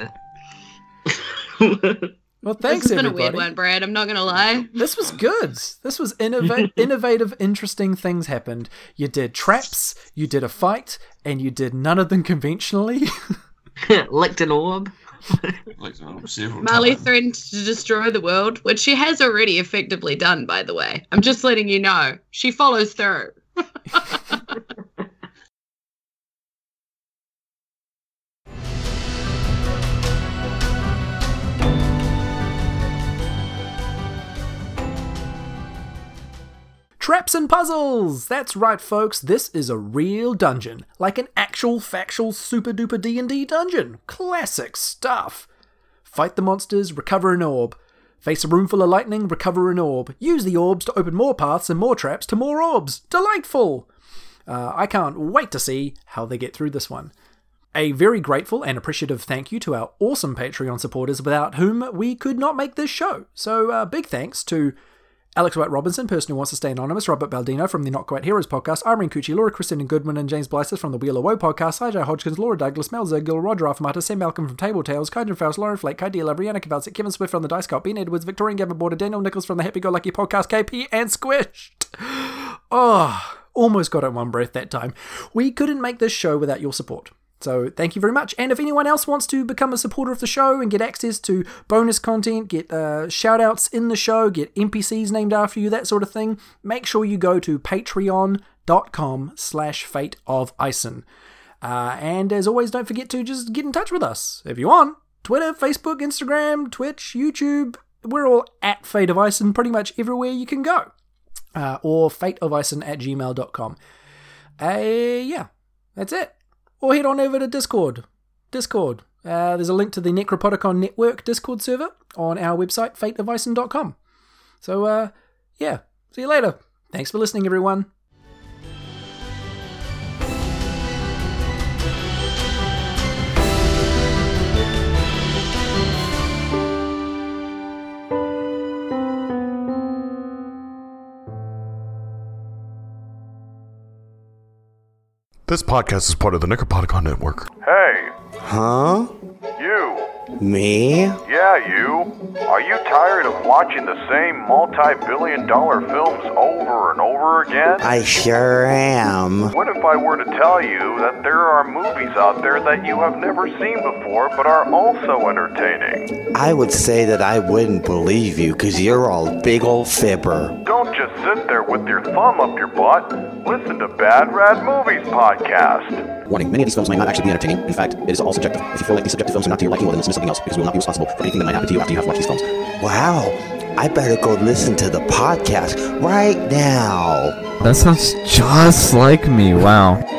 episode. Well, thanks this has been everybody. a weird one, Brad. I'm not gonna lie. This was good. This was innova- innovative, interesting things happened. You did traps, you did a fight, and you did none of them conventionally. Licked an orb. Looked at them several Marley times. threatened to destroy the world, which she has already effectively done, by the way. I'm just letting you know. She follows through. Traps and puzzles. That's right, folks. This is a real dungeon, like an actual factual super duper D&D dungeon. Classic stuff. Fight the monsters, recover an orb. Face a room full of lightning, recover an orb. Use the orbs to open more paths and more traps to more orbs. Delightful. Uh, I can't wait to see how they get through this one. A very grateful and appreciative thank you to our awesome Patreon supporters, without whom we could not make this show. So, uh, big thanks to Alex White Robinson, person who wants to stay anonymous, Robert Baldino from the Not Quite Heroes podcast, Irene Cucci, Laura Christine Goodman, and James Blyster from the Wheel of Woe podcast, Sajay Hodgkins, Laura Douglas, Mel Zergil, Roger Afmata, Sam Malcolm from Table Tales, Kaiden Faust, Lauren Flake, Kai Dealer, Rihanna Kavalsik, Kevin Swift from the Dice Cop, Ben Edwards, Victorian Gavin Border, Daniel Nichols from the Happy Go Lucky podcast, KP, and Squished. Oh, almost got it in one breath that time. We couldn't make this show without your support. So thank you very much. And if anyone else wants to become a supporter of the show and get access to bonus content, get uh, shout outs in the show, get NPCs named after you, that sort of thing, make sure you go to patreon.com slash fate of Ison. Uh, and as always, don't forget to just get in touch with us if you want. Twitter, Facebook, Instagram, Twitch, YouTube. We're all at Fate of Ison pretty much everywhere you can go uh, or fateofison at gmail.com. Uh, yeah, that's it. Or head on over to Discord. Discord. Uh, there's a link to the Necropodicon Network Discord server on our website, fateofison.com. So, uh, yeah, see you later. Thanks for listening, everyone. This podcast is part of the Necropodicon Network. Hey, Huh? you. Me? Yeah, you. Are you tired of watching the same multi billion dollar films over and over again? I sure am. What if I were to tell you that there are movies out there that you have never seen before but are also entertaining? I would say that I wouldn't believe you because you're all big old fibber. Don't Don't just sit there with your thumb up your butt. Listen to Bad Rad Movies Podcast. Warning, many of these films may not actually be entertaining. In fact, it is all subjective. If you feel like these subjective films are not to your liking, well, then listen to something else, because we will not be responsible for anything that might happen to you after you have watched these films. Wow. I better go listen to the podcast right now. That sounds just like me. Wow.